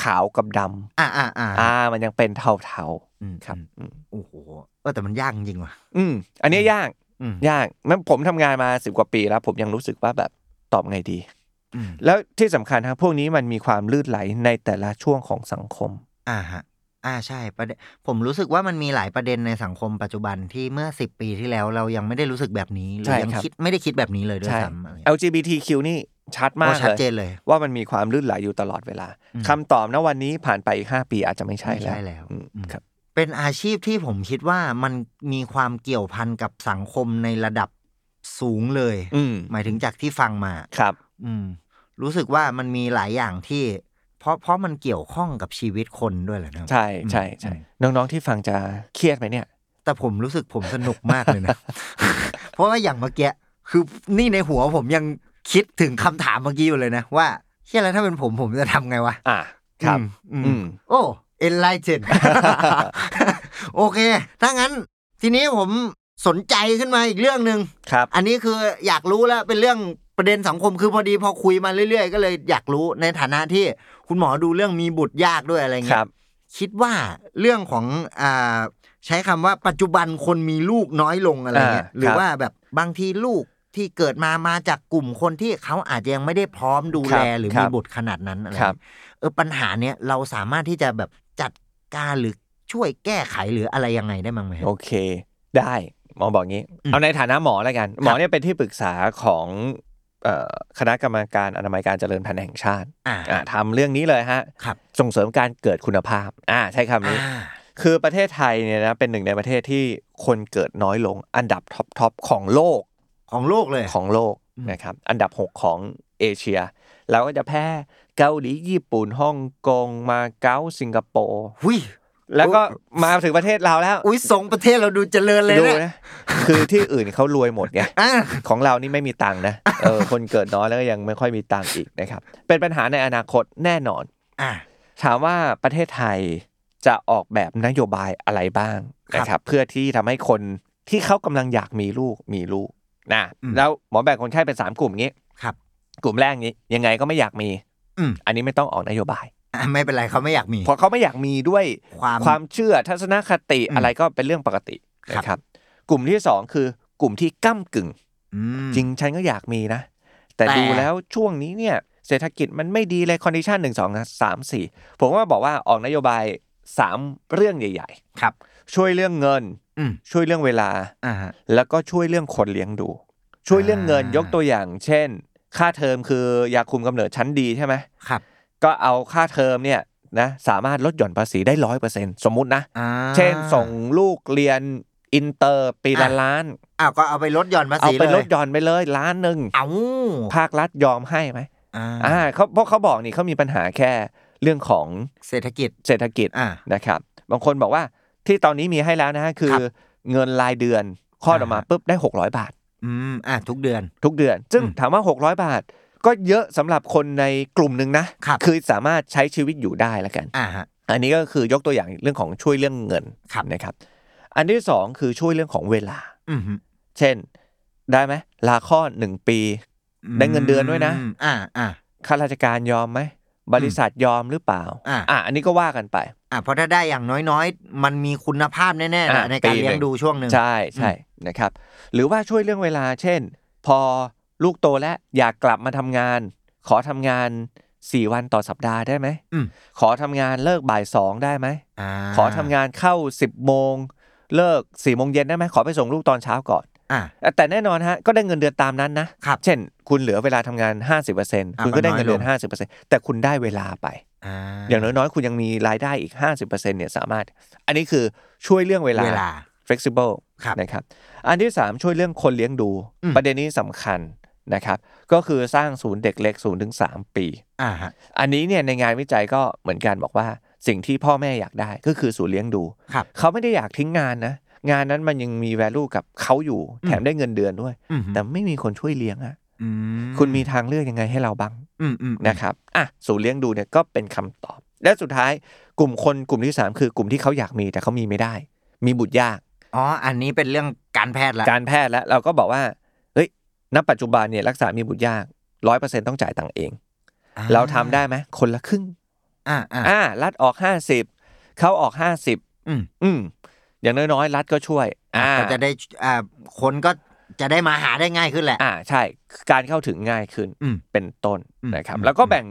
C: ขาวกับด
B: อ่าอ่าอ่า
C: ำอ่า มันยังเป็นเทา
B: อืม
C: ๆครับอืม
B: โอ้โห เออแต่มันยากจริงว่ะ
C: อืมอันเนี้ยยาก
B: อืม
C: ยากมันผมทำงานมาสิบกว่าปีแล้ว ผมยังรู้สึกว่าแบบตอบไงดี
B: อืม
C: แล้วที่สำคัญฮะพวกนี้มันมีความลื่นไหลในแต่ละช่วงของสังคม
B: อ่าฮะ อ่าใช่ประเด็นผมรู้สึกว่ามันมีหลายประเด็นในสังคมปัจจุบันที่เมื่อสิบปีที่แล้วเรายังไม่ได้รู้สึกแบบนี้หรื
C: ใช่
B: อยัง
C: ครับ
B: คิดไม่ได้คิดแบบนี้เลยด้วยซ้ำอะไรเงี้ย
C: LGBTQ นี่ชัดมาก
B: โอ้ชัด
C: เลย
B: เจนเลย
C: ว่ามันมีความลื่นไหลอยู่ตลอดเวลา
B: อืม
C: คำตอบนะวันนี้ผ่านไปอีกห้าปีอาจจะไม่ใช่แล้ว
B: ไม่ใช่แล้ว
C: อืม
B: อืม
C: ครับ
B: เป็นอาชีพที่ผมคิดว่ามันมีความเกี่ยวพันกับสังคมในระดับสูงเลย
C: อืม
B: หมายถึงจากที่ฟังมา
C: ครับ
B: อืม รู้สึกว่ามันมีหลายอย่างที่ เพราะเพราะมันเกี่ยวข้องกับชีวิตคนด้วยแหละนะ
C: ใช่ใช่ใช่
B: อื
C: น้องๆที่ฟังจะเครียดไหมเนี่ย
B: แต่ผมรู้สึกผมสนุกมากเลยนะ เพราะว่าอย่างเมื่อกี้คือนี่ในหัวผมยังคิดถึงคำถามเมื่อกี้อยู่เลยนะว่าเฮียแล้วถ้าเป็นผมผมจะทำไงวะ
C: อ่ะครับ
B: อืมอื
C: อื
B: ม
C: ม
B: โอ้ เอ็นไลเจน โอเค ถ้างั้น ทีนี้ผมสนใจขึ้นมาอีกเรื่องหนึ่ง
C: ครับ
B: อันนี้คืออยากรู้แล้วเป็นเรื่องประเด็นสังคมคือพอดีพอคุยมาเรื่อย ๆ ก็เลยอยากรู้ในฐานะที่คุณหมอดูเรื่องมีบุตรยากด้วยอะไร
C: ค
B: เงี้ย
C: รับ
B: คิดว่าเรื่องของอ่าใช้คำว่าปัจจุบันคนมีลูกน้อยลงอะไรเงี้ย
C: อ่า
B: หรือ
C: ครับ
B: ว่าแบบบางทีลูกที่เกิดมามาจากกลุ่มคนที่เขาอาจจะยังไม่ได้พร้อมดูแล
C: ครับ
B: หรือ
C: ครั
B: มี
C: บ
B: บุตรขนาดนั้นอะไร
C: ครับ
B: เงี้ย เออปัญหาเนี้ยเราสามารถที่จะแบบจัดการหรือช่วยแก้ไขหรืออะไรยังไงได้มั้างไหมค
C: โอ
B: รับ
C: เค ได้หมอบอกงี้
B: อืม
C: เอาในฐานะหมอแล้วกัน หมอเนี่ยเป็นที่ปรึกษาของเอ่อคณะกรรมการอนามัยการเจริญพันธุ์แห่งชาติ
B: อ่า
C: อ่ะทำเรื่องนี้เลยฮะ
B: ครับ
C: ส่งเสริมการเกิดคุณภาพอ่าใช้คำนี้
B: อ่า
C: คือประเทศไทยเนี่ยนะเป็นหนึ่งในประเทศที่คนเกิดน้อยลง อันดับท็อปทอปของโลก
B: ของโลกเลย
C: ของโลก
B: อืม
C: นะครับอันดับ 6 ของเอเชีย แล้วก็จะแพ้เกาหลีญี่ปุ่นฮ่องกงมาเก๊าสิงคโปร์
B: อุ้ย
C: แล้วก็มาถึงประเทศเราแล้ว
B: อุ้ยสองประเทศเราดูเจริญเลย
C: ดู
B: นะ
C: นะ คือที่อื่นเขารวยหมดไง
B: อ่า
C: ของเรานี่ไม่มีตังค์นะ เออ คนเกิดน้อยแล้วก็ยังไม่ค่อยมีตังค์อีกนะครับ เป็นปัญหาในอนาคตแน่นอน
B: อ่า
C: ถามว่าประเทศไทยจะออกแบบนโยบายอะไรบ้าง
B: ครับ
C: นะครับ เพื่อที่ทำให้คนที่เขากำลังอยากมีลูกมีลูกนะ
B: อืม
C: แล้วหมอแบ่งคนไข้เป็นสามกลุ่มงี้
B: ครับ
C: กลุ่มแรกนี้ ยังไงก็ไม่อยากมี
B: อืม
C: อันนี้ไม่ต้องออกนโยบาย
B: อ่าไม่เป็นไรเขาไม่อยากมี
C: เพราะเขาไม่อยากมีด้วย
B: ความ
C: ความเชื่อทัศนคติ
B: อืม
C: อะไรก็เป็นเรื่องปกติ
B: ครับ
C: นะครับ กลุ่มที่สองคือกลุ่มที่ก้ากึ่ง
B: อืม
C: จริงฉันก็อยากมีนะ แต่
B: แต่
C: ดูแล้วช่วงนี้เนี่ยเศรษฐกิจมันไม่ดีเลยคอนดิชันหนึ่งสองสามสี่ผมว่าบอกว่าออกนโยบายสามเรื่องใหญ่
B: ครับ
C: ๆ ช่วยเรื่องเงิน
B: อืม
C: ช่วยเรื่องเวลา
B: อ่าฮะ
C: แล้วก็ช่วยเรื่องคนเลี้ยงดู ช่วยเรื่องเงิน
B: อ่าย ย
C: กตัวอย่าง เช่น ค่าเทอมคือยาคุมกำเนิดชั้นดีใช่ไหม
B: ครับ
C: ก็เอาค่าเทอมเนี่ยนะสามารถลดหย่อนภาษีได้ร้อยเปอร์เซ็นสมมตินะ
B: อ่า
C: เช่นส่งลูกเรียนอินเตอร์ปีละล้าน
B: อ้าวก็เอาไปลดหย่อนภา
C: เอา
B: ษี
C: ไปลดห
B: เลย
C: ย่อนไปเลยล้านหนึ่ง
B: เอา
C: ภาครัฐยอมให้ไหม
B: อ่
C: อ่า
B: า
C: เขาเพราะเขาบอกนี่เขามีปัญหาแค่เรื่องของ
B: เศรษฐกิจ
C: เศรษฐกิจ
B: อ่า
C: นะครับ บางคนบอกว่าที่ตอนนี้มีให้แล้วนะฮะคือ
B: ครับ
C: เงินรายเดือนคลอดอ
B: อ่า
C: อกมาปุ๊บได้ 600 บาท
B: อืมอ่าทุกเดือน
C: ทุกเดือน ซึ่ง
B: อืม
C: ถามว่า 600 บาท ก็เยอะสำหรับคนในกลุ่มหนึ่งนะครับ คือสามารถใช้ชีวิตอยู่ได้แล้วกัน
B: อ่าฮะ
C: อันนี้ก็คือยกตัวอย่างเรื่องของช่วยเรื่องเงิน
B: ครับ
C: นะครับ อันที่สองคือช่วยเรื่องของเวลา
B: อืมฮึ
C: เช่น ได้ไหมลาคลอดหนึ่งปี ได้เงินเดือนด้วยนะ
B: อ่าอ่า
C: ข้าราชการยอมไหม บริษัทยอมหรือเปล่า
B: อ่ะ
C: อ่ะอันนี้ก็ว่ากันไป
B: อ่ะเพราะถ้าได้อย่างน้อยๆ มันมีคุณภาพแน่ๆแหละ
C: อ่ะ
B: ในการ
C: ปีหนึ่ง
B: เลี้ยงดูช่วงหนึ่ง
C: ใช่ใช่นะครับ หรือว่าช่วยเรื่องเวลา เช่น พอลูกโตแล้วอยากกลับมาทำงาน ขอทำงาน 4 วันต่อสัปดาห์ได้ไหม
B: อืม
C: ขอทำงานเลิกบ่ายสองได้ไหม
B: อ่า
C: ขอทำงานเข้า 10โมงเลิก4โมงเย็นได้ไหมขอไปส่งลูกตอนเช้าก่อน
B: อ่ะ
C: แต่แน่นอนฮะก็ได้เงินเดือนตามนั้นนะครับ เช่น คุณเหลือเวลาทำงาน 50%คุณก็ได้เงินเดือน
B: น้
C: 50%แต่คุณได้เวลาไป
B: อ่า
C: อย่างน้อยๆ คุณยังมีรายได้อีก 50%เนี่ยสามารถ อันนี้คือช่วยเรื่องเวลา
B: เวลา
C: flexible
B: ครับ
C: นะครับ อันที่ 3 ช่วยเรื่องคนเลี้ยงดู
B: อืม
C: ประเด็นนี้สำคัญนะครับ ก็คือสร้างศูนย์เด็กเล็ก0ูนถึงสปี
B: อ่าฮะ
C: อันนี้เนี่ยในงานวิจัยก็เหมือนกันบอกว่า สิ่งที่พ่อแม่อยากได้ก็คือศูนย์เลี้ยงดู
B: ครับ
C: เขาไม่ได้อยากทิ้งงานนะ งานนั้นมันยังมี value กับเขาอยู่
B: อืม
C: แถมได้เงินเดือนด้วย
B: อืม
C: แต่ไม่มีคนช่วยเลี้ยงอะ
B: อื
C: คุณมีทางเลือกยังไงให้เราบ้าง
B: อืมอืม
C: นะครับอ่ะศูนย์เลี้ยงดูเนี่ยก็เป็นคำตอบ และสุดท้ายกลุ่มคนกลุ่มที่ 3 คือกลุ่มที่เขาอยากมีแต่เขามีไม่ได้ มีบุตรยาก
B: อ๋อ อันนี้เป็นเรื่องการแพทย์ละ
C: การแพทย์แล้วเราก็บอกว่าเฮ้ยณปัจจุบันเนี่ยรักษามีบุตรยากร้อยเปอร์เซ็นต้องจ่ายตังค์เอง
B: อ่
C: เราทำได้ไหมคนละครึ่ง
B: อ่าอ่า
C: อ่ารัฐออก 50 เขาออก 50
B: อืม
C: อืมอย่างน้อยๆ รัฐก็ช่วยอ่า
B: ก็จะได้อ่าคนก็จะได้มาหาได้ง่ายขึ้นแหละ
C: อ่าใช่การเข้าถึงง่ายขึ้น
B: อืม
C: เป็นต้น
B: อืม
C: นะครับ
B: อืม
C: แล้วก็แบ่ง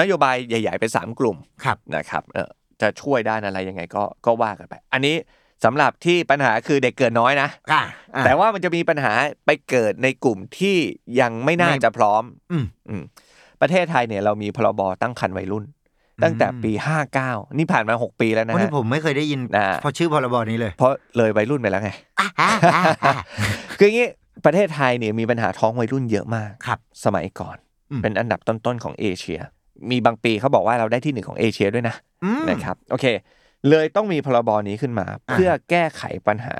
C: นโยบายใหญ่ ๆ เป็นสามกลุ่ม
B: ครับ
C: นะครับเออจะช่วยด้านอะไรยังไงก็ก็ว่ากันไป อันนี้สำหรับที่ปัญหาคือเด็กเกิดน้อยนะ
B: อ่าอ่า
C: แต่ว่ามันจะมีปัญหาไปเกิดในกลุ่มที่ยังไม่น่า
B: ไม่
C: จะพร้อม
B: อืม
C: อืมประเทศไทยเนี่ยเรามีพรบตั้งครรภ์วัยรุ่น ตั้งแต่
B: อืม
C: ปี 59 นี่ผ่านมา 6 ปีแล้วนะ
B: วันนี้
C: ฮะ
B: ผมไม่เคยได้ยิน
C: นะ
B: พอชื่อพรบนี้เลย
C: เพราะเลยวัยรุ่นไปแล้วไง
B: อ่าอ่าอ่าอ่า
C: คืออย่างนี้ประเทศไทยเนี่ยมีปัญหาท้องวัยรุ่นเยอะมาก
B: ครับ
C: สมัยก่อน
B: อืม
C: เป็นอันดับต้นๆของเอเชีย มีบางปีเขาบอกว่าเราได้ที่หนึ่งของเอเชียด้วยนะ
B: อืม
C: นะครับโอเคเลยต้องมีพรบนี้ขึ้นมา
B: อ่า
C: เพื่อแก้ไขปัญหา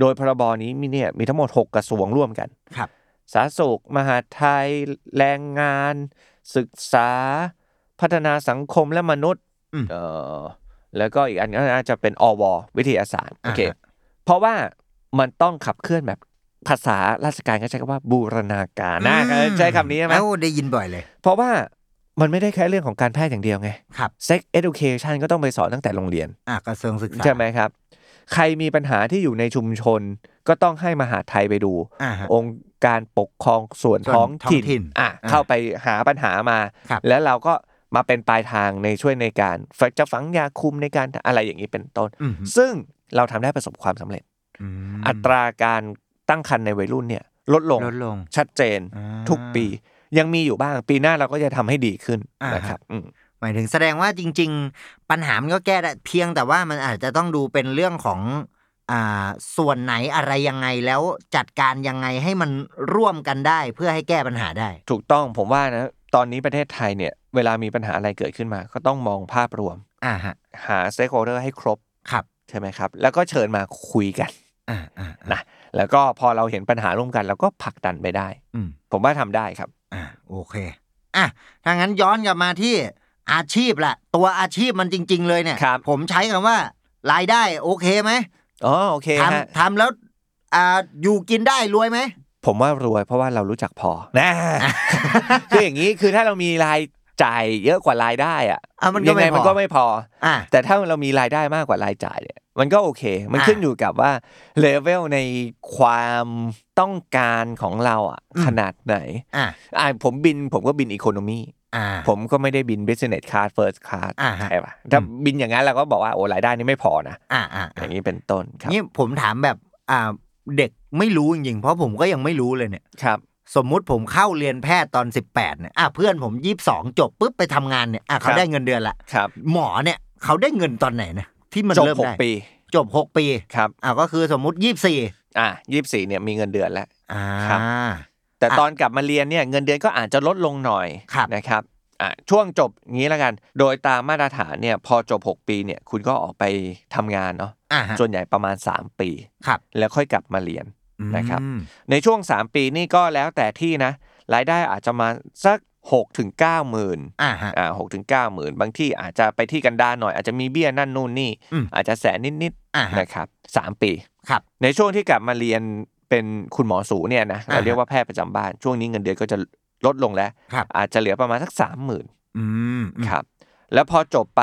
C: โดยพรบนี้มีเนี่ยมีทั้งหมด 6 กระทรวงร่วมกัน
B: ครับ
C: สาธารณสุข มหาดไทย แรงงาน ศึกษา พัฒนาสังคมและมนุษย์เอ่อแล้วก็อีกอันก็น่าจะเป็นอว วิทยาศาสตร์โอเคเพราะว่า มันต้องขับเคลื่อนแบบภาษาราชการก็ใช้คำว่าบูรณาการนะ
B: อืม
C: ใช้คำนี้ใช่ไหม
B: เอ้าได้ยินบ่อยเลย
C: เพราะว่ามันไม่ได้แค่เรื่องของการแพทย์อย่างเดียวไง
B: ครับ
C: sex education ก็ต้องไปสอนตั้งแต่โรงเรียน
B: อ่ะกระทรวงศึกษา
C: ใช่ไหมครับ ใครมีปัญหาที่อยู่ในชุมชน ก็ต้องให้มหาดไทยไปดู
B: อ่าฮะ
C: องค์การปกครองส่วน
B: ส่วน
C: ท้องถิ่น
B: ท้องถิ่น
C: อ่ะ
B: อ่า
C: เข้าไปหาปัญหามา
B: ครับ
C: แล้วเราก็มาเป็นปลายทางในช่วยในการฝึกจะฝังยาคุมในการอะไรอย่างนี้เป็นต้น
B: อืม
C: ซึ่งเราทำได้ประสบความสำเร็จ
B: ม
C: อัตราการตั้งครรภ์ในวัยรุ่นเนี่ยลดลง
B: ลดลง
C: ชัดเจน
B: อ่า
C: ทุกปี ยังมีอยู่บ้างปีหน้าเราก็จะทำให้ดีขึ้น
B: อ่าฮะ
C: นะครับอืม
B: หมายถึงแสดงว่าจริง ๆ ปัญหามันก็แก้ได้เพียงแต่ว่ามันอาจจะต้องดูเป็นเรื่องของอ่าส่วนไหนอะไรยังไงแล้วจัดการยังไงให้มันร่วมกันได้เพื่อให้แก้ปัญหาได้
C: ถูกต้องผมว่านะตอนนี้ประเทศไทยเนี่ยเวลามีปัญหาอะไรเกิดขึ้นมา ก็ต้องมองภาพรวม
B: อ่าฮะ
C: หา s t a k e h o l d e r ให้ครบ
B: ครับ
C: ใช่ไหมครับ แล้วก็เชิญมาคุยกัน
B: อ่าอ่าอ่า
C: นะ แล้วก็พอเราเห็นปัญหาร่วมกันเราก็ผลักดันไปได้
B: อืม
C: ผมว่าทำได้ครับ
B: อ่าโอเคอ่ะถ้างั้นย้อนกลับมาที่อาชีพละ ตัวอาชีพมันจริง ๆ เลยเนี่ย
C: ครับ
B: ผมใช้คำว่ารายได้โอเคไหม
C: อ๋อโอเค
B: ท
C: ฮะ
B: ำทำแล้วอ่าอยู่กินได้รวยไหม
C: ผมว่ารวยเพราะว่าเรารู้จักพอ นะคืออย่างนี้คือถ้าเรามีรายจ่ายเยอะกว่ารายได้อะ
B: อ่ะมันก็
C: ยังไง
B: ไม่พอ
C: มันก็ไม่พอ
B: อ่า
C: แต่ถ้าเรามีรายได้มากกว่ารายจ่ายเนี่ยมันก็โอเค มัน
B: อ่า
C: ขึ้นอยู่กับว่าเลเวลในความต้องการของเราอ่ะ
B: อืม
C: ขนาดไหน
B: อ่า
C: อ่าผมบินผมก็บินอีโคโนมี
B: อ่า
C: ผมก็ไม่ได้บิน business class first class
B: อ่าฮะ
C: ใช่ปะถ้า
B: อืม
C: บินอย่างนั้นเราก็บอกว่าโอ้รายได้นี่ไม่พอนะ
B: อ่าอ่า
C: อ
B: อ่า
C: ย่างนี้เป็นต้นครับ
B: นี่ผมถามแบบอ่าเด็กไม่รู้จริงๆเพราะผมก็ยังไม่รู้เลยเนี่ย
C: ครับ
B: สมมุติผมเข้าเรียนแพทย์ตอน 18เนี่ยอ่ะเพื่อนผม22จบปุ๊บไปทำงานเนี่ยอ่ะเขา
C: ครับ
B: ได้เงินเดือนละ
C: ครับ
B: หมอเนี่ยเขาได้เงินตอนไหนนะที่มัน
C: จบ
B: เริ่ม
C: หก
B: ได้
C: ปี
B: จบหกปี
C: ครับ
B: อ่ะก็คือสมมุติ24
C: อ่ะยี่สิบสี่เนี่ยมีเงินเดือนแล้ว
B: อ่า
C: ครับ แต่ตอนกลับมาเรียนเนี่ยเงินเดือนก็อาจจะลดลงหน่อย
B: ครับ
C: นะครับอ่ะช่วงจบงี้ละกัน โดยตามมาตรฐานเนี่ยพอจบ 6 ปีเนี่ยคุณก็ออกไปทำงานเนาะ
B: อ่าฮะ
C: ส่วนใหญ่ประมาณ 3 ปี
B: ครับ
C: แล้วค่อยกลับมาเรียน นะครับ
B: อืม
C: ในช่วง 3 ปีนี่ก็แล้วแต่ที่นะ รายได้อาจจะมาสัก6ถึง9หมื่น
B: อ่าฮะ
C: อ่าหกถึงเก้าหมื่นบางที่อาจจะไปที่กันดารหน่อยอาจจะมีเบี้ยนั่นนู่นนี่
B: อืม
C: อาจจะแสนนิด
B: อ่า
C: ๆ
B: ฮะ
C: นะครับสามปี
B: ครับ
C: ในช่วงที่กลับมาเรียนเป็นคุณหมอสูเนี่ยนะ
B: อ่า
C: เราเรียกว่าแพทย์ประจำบ้าน ช่วงนี้เงินเดือนก็จะลดลงแล้ว
B: ครับ
C: อาจจะเหลือประมาณสักสามหมื่น
B: อืม
C: ครับ แล้วพอจบไป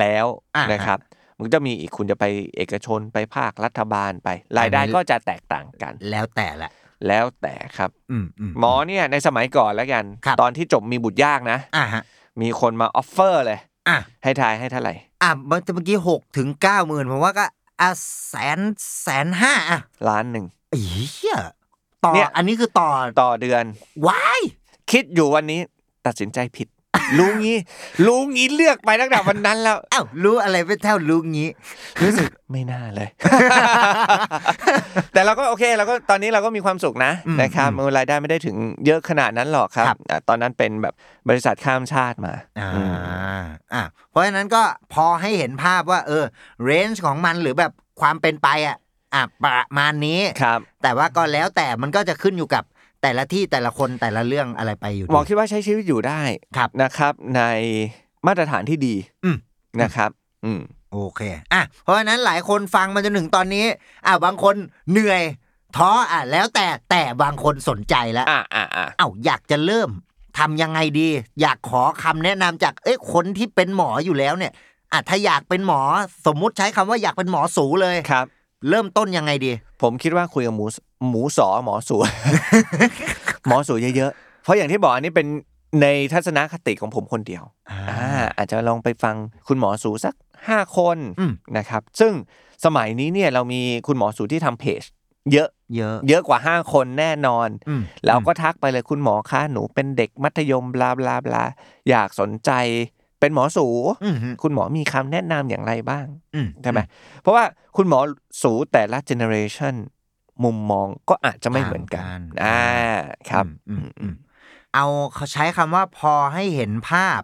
C: แล้ว
B: อ่าน
C: นะครับ มันจะมีอีกคุณจะไปเอกชนไปภาครัฐบาลไป รายได้ก็จะแตกต่างกัน
B: แล้วแต่ละ
C: แล้วแต่ครับ
B: อืมอืม
C: หมอเนี่ยในสมัยก่อนแล้วกัน
B: ครับ
C: ตอนที่จบมีบุตรยากนะ
B: อ่าฮะ
C: มีคนมาออฟเฟอร์เลย
B: อ่ะ
C: ให้ทายให้เท่าไหร่
B: อ่ะเมื่อเมื่อกี้หกถึงเก้าหมื่นผมว่าก็อ่ะแสนแสนห้าอ่ะ
C: ล้านหนึ่ง
B: เอี้ยต่อ
C: เนี่ย
B: อันนี้คือต่อ
C: ต่อเดือน
B: ว้าย
C: คิดอยู่วันนี้ตัดสินใจผิด รู้งี้ รู้งี้เลือกไปตั้งแต่วันนั้นแล้ว
B: เอ้ารู้อะไรไปเท่ารู้งี้
C: รู้สึกไม่น่าเลย แต่เราก็โอเคเราก็ตอนนี้เราก็มีความสุขนะ
B: อืม
C: นะครับ
B: อืม
C: รายได้ไม่ได้ถึงเยอะขนาดนั้นหรอกครับ
B: ครับ
C: อ่ะตอนนั้นเป็นแบบบริษัทข้ามชาติมา
B: อ่า
C: อืม
B: อ่ะเพราะฉะนั้นก็พอให้เห็นภาพว่า เออเรนจ์ของมันหรือแบบความเป็นไปอ่ะอ่ะประมาณนี้
C: ครับ
B: แต่ว่าก็แล้วแต่มันก็จะขึ้นอยู่กับแต่ละที่แต่ละคนแต่ละเรื่องอะไรไปอยู่
C: หมอ
B: ดี
C: คิดว่าใช้ชีวิตอยู่ได้
B: ครับ
C: นะครับ ในมาตรฐานที่ดี
B: อืม
C: นะครับ อืม
B: โอเคอ่ะเพราะฉะนั้นหลายคนฟังมาจนถึงตอนนี้อ่ะบางคนเหนื่อยท้ออ่ะแล้วแต่แต่บางคนสนใจแล้ว
C: อ่าอ่าอ่า
B: เอ้าอยากจะเริ่มทำยังไงดี อยากขอคำแนะนำจากเอ้ยคนที่เป็นหมออยู่แล้วเนี่ยอ่ะถ้าอยากเป็นหมอสมมุติใช้คำว่าอยากเป็นหมอสูเลย
C: ครับ
B: เริ่มต้นยังไงดี
C: ผมคิดว่าคุยกับหมูสหมูสอหมอสู หมอสูเยอะๆ เพราะอย่างที่บอกอันนี้เป็นในทัศนคติของผมคนเดียวอ่าอาจจะลองไปฟังคุณหมอสูสัก 5 คน
B: อืม
C: นะครับ ซึ่งสมัยนี้เนี่ยเรามีคุณหมอสูที่ทำเพจ เยอะ
B: เยอะ
C: เยอะกว่า 5 คนแน่นอน
B: อืม
C: เราก็ทักไปเลยคุณหมอคะหนูเป็นเด็กมัธยมบลาบลาบลาอยากสนใจเป็นหมอสู
B: อืม
C: คุณหมอมีคำแนะนำอย่างไรบ้าง
B: อืม
C: ใช่ไหมเพราะว่าคุณหมอสูแต่ละเจเนอเรชันมุมมองก็อาจจะไม่เหมือนกัน
B: ต่างกัน
C: อ่าครับ
B: อืมอืมเอาเขาใช้คำว่าพอให้เห็นภาพ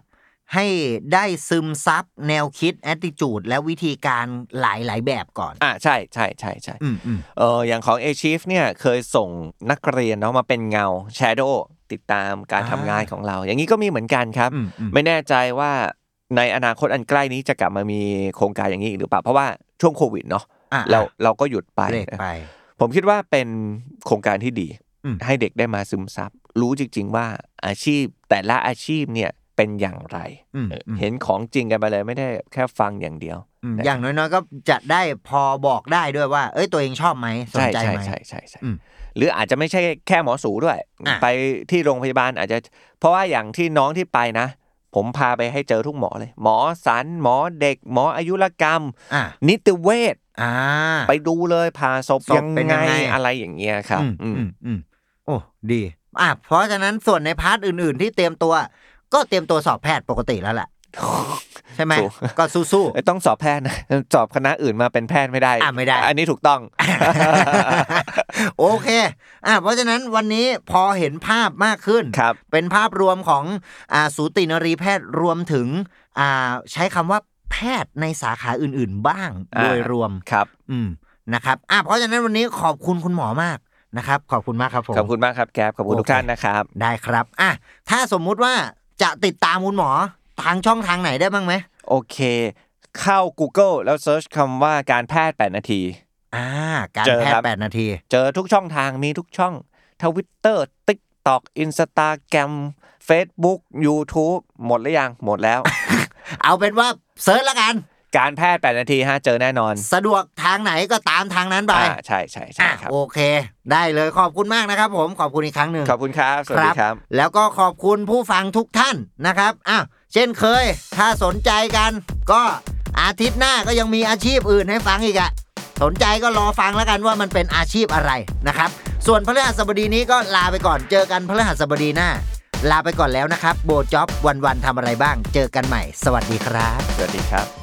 B: ให้ได้ซึมซับแนวคิด attitude และวิธีการหลายหลายๆแบบก่อน
C: อ่าใช่ใช่ใช่ใช่
B: อืมอืม
C: เอออย่างของ a c h i e f เนี่ยเคยส่งนักเรียนเนาะมาเป็นเงา Shadow ติดตามการทำงานของเรา อย่างนี้ก็มีเหมือนกันครับ
B: อืมอืม
C: ไม่แน่ใจว่าในอนาคตอันใกล้นี้จะกลับมามีโครงการอย่างนี้อีกหรือเปล่า เพราะว่าช่วงโควิดเนาะ
B: อ่ะ
C: เราเราก็หยุดไป
B: เบรกไป
C: ผมคิดว่าเป็นโครงการที่ดี
B: อืม
C: ให้เด็กได้มาซึมซับ รู้จริง ๆ ว่าอาชีพแต่ละอาชีพเนี่ยเป็นอย่างไร
B: อืม
C: เออ
B: อืม
C: เห็นของจริงกันไปเลยไม่ได้แค่ฟังอย่างเดียว
B: อืมอย่างน้อยๆก็จะได้พอบอกได้ด้วยว่า เอ้ยตัวเองชอบไหมสน
C: ใช่
B: ใจ
C: ใช่
B: ไหม
C: ใช่ใช่ใช่
B: อืม
C: หรืออาจจะไม่ใช่แค่หมอสูด้วย
B: อ่ะ
C: ไปที่โรงพยาบาลอาจจะ เพราะว่าอย่างที่น้องที่ไปนะ ผมพาไปให้เจอทุกหมอเลย หมอสันหมอเด็ก หมออายุรกรรม
B: อ่า
C: นิติเวช
B: อ่า
C: ไปดูเลยผ่าศพ
B: ศพ
C: ยัง
B: เป็นยั
C: ไง
B: งไง
C: อะไรอย่างเงี้ยครับ
B: อืม
C: อืม
B: อืมอืมโอ้ดี อ่ะเพราะฉะนั้นส่วนในพาร์ทอื่น ๆ ที่เตรียมตัว ก็เตรียมตัวสอบแพทย์ปกติแล้วแหละ ใช่ไหม
C: ถูก
B: ก็สู้
C: เอ้ยต้องสอบแพทย์นะ สอบคณะอื่นมาเป็นแพทย์ไม่ได้
B: อ่ะไม่ได้
C: นนี้ถูกต้อง
B: ๆ โอเค อ่ะเพราะฉะนั้นวันนี้พอเห็นภาพมากขึ้น
C: ครับ
B: เป็นภาพรวมของอ่าสูตินรีแพทย์รวมถึงอ่าใช้คำว่าแพทย์ในสาขาอื่น ๆ บ้าง
C: อ่า
B: โดยรวม
C: ครับ
B: อืมนะครับอ่ะเพราะฉะนั้นวันนี้ขอบคุณคุณหมอมากนะครับ ขอบคุณมากครับผม
C: ขอบคุณมากครับแก๊ปขอบคุณทุก
B: โอเค
C: ท่านนะครับ
B: ได้ครับอ่ะถ้าสมมุติว่าจะติดตามคุณหมอทางช่องทางไหนได้บ้างไหม
C: โอเค เข้า Google แล้วเซิร์ชคำว่าการแพทย์ 8 นาที
B: อ่า การ
C: เจอ
B: แพท
C: ครับ
B: ย์แปดนาที
C: เจอทุกช่องทางมีทุกช่องทวิตเตอร์ติ๊กต็อกอินสตาแกรม Facebook YouTube หมดหรือยัง หมดแล้ว
B: เอาเป็นว่าเซิร์ชละกัน
C: การแพทย์ 8 นาทีฮะเจอแน่นอน
B: สะดวกทางไหนก็ตามทางนั้นไป
C: อ่าใช่ใช่ใช่
B: อ่ะ
C: ครับ
B: โอเค ได้เลยขอบคุณมากนะครับผมขอบคุณอีกครั้งหนึ่ง
C: ขอบคุณครับ สวัสดีครับ
B: แล้วก็ขอบคุณผู้ฟังทุกท่านนะครับอ้าวเช่นเคย ถ้าสนใจกัน ก็อาทิตย์หน้าก็ยังมีอาชีพอื่นให้ฟังอีกอะสนใจก็รอฟังแล้วกันว่ามันเป็นอาชีพอะไรนะครับ ส่วนพฤหัสบดีนี้ก็ลาไปก่อน เจอกันพฤหัสบดีหน้า ลาไปก่อนแล้วนะครับ โบจ็อบวันวันๆทำอะไรบ้าง เจอกันใหม่ สวัสดีครับ
C: สวัสดีครับ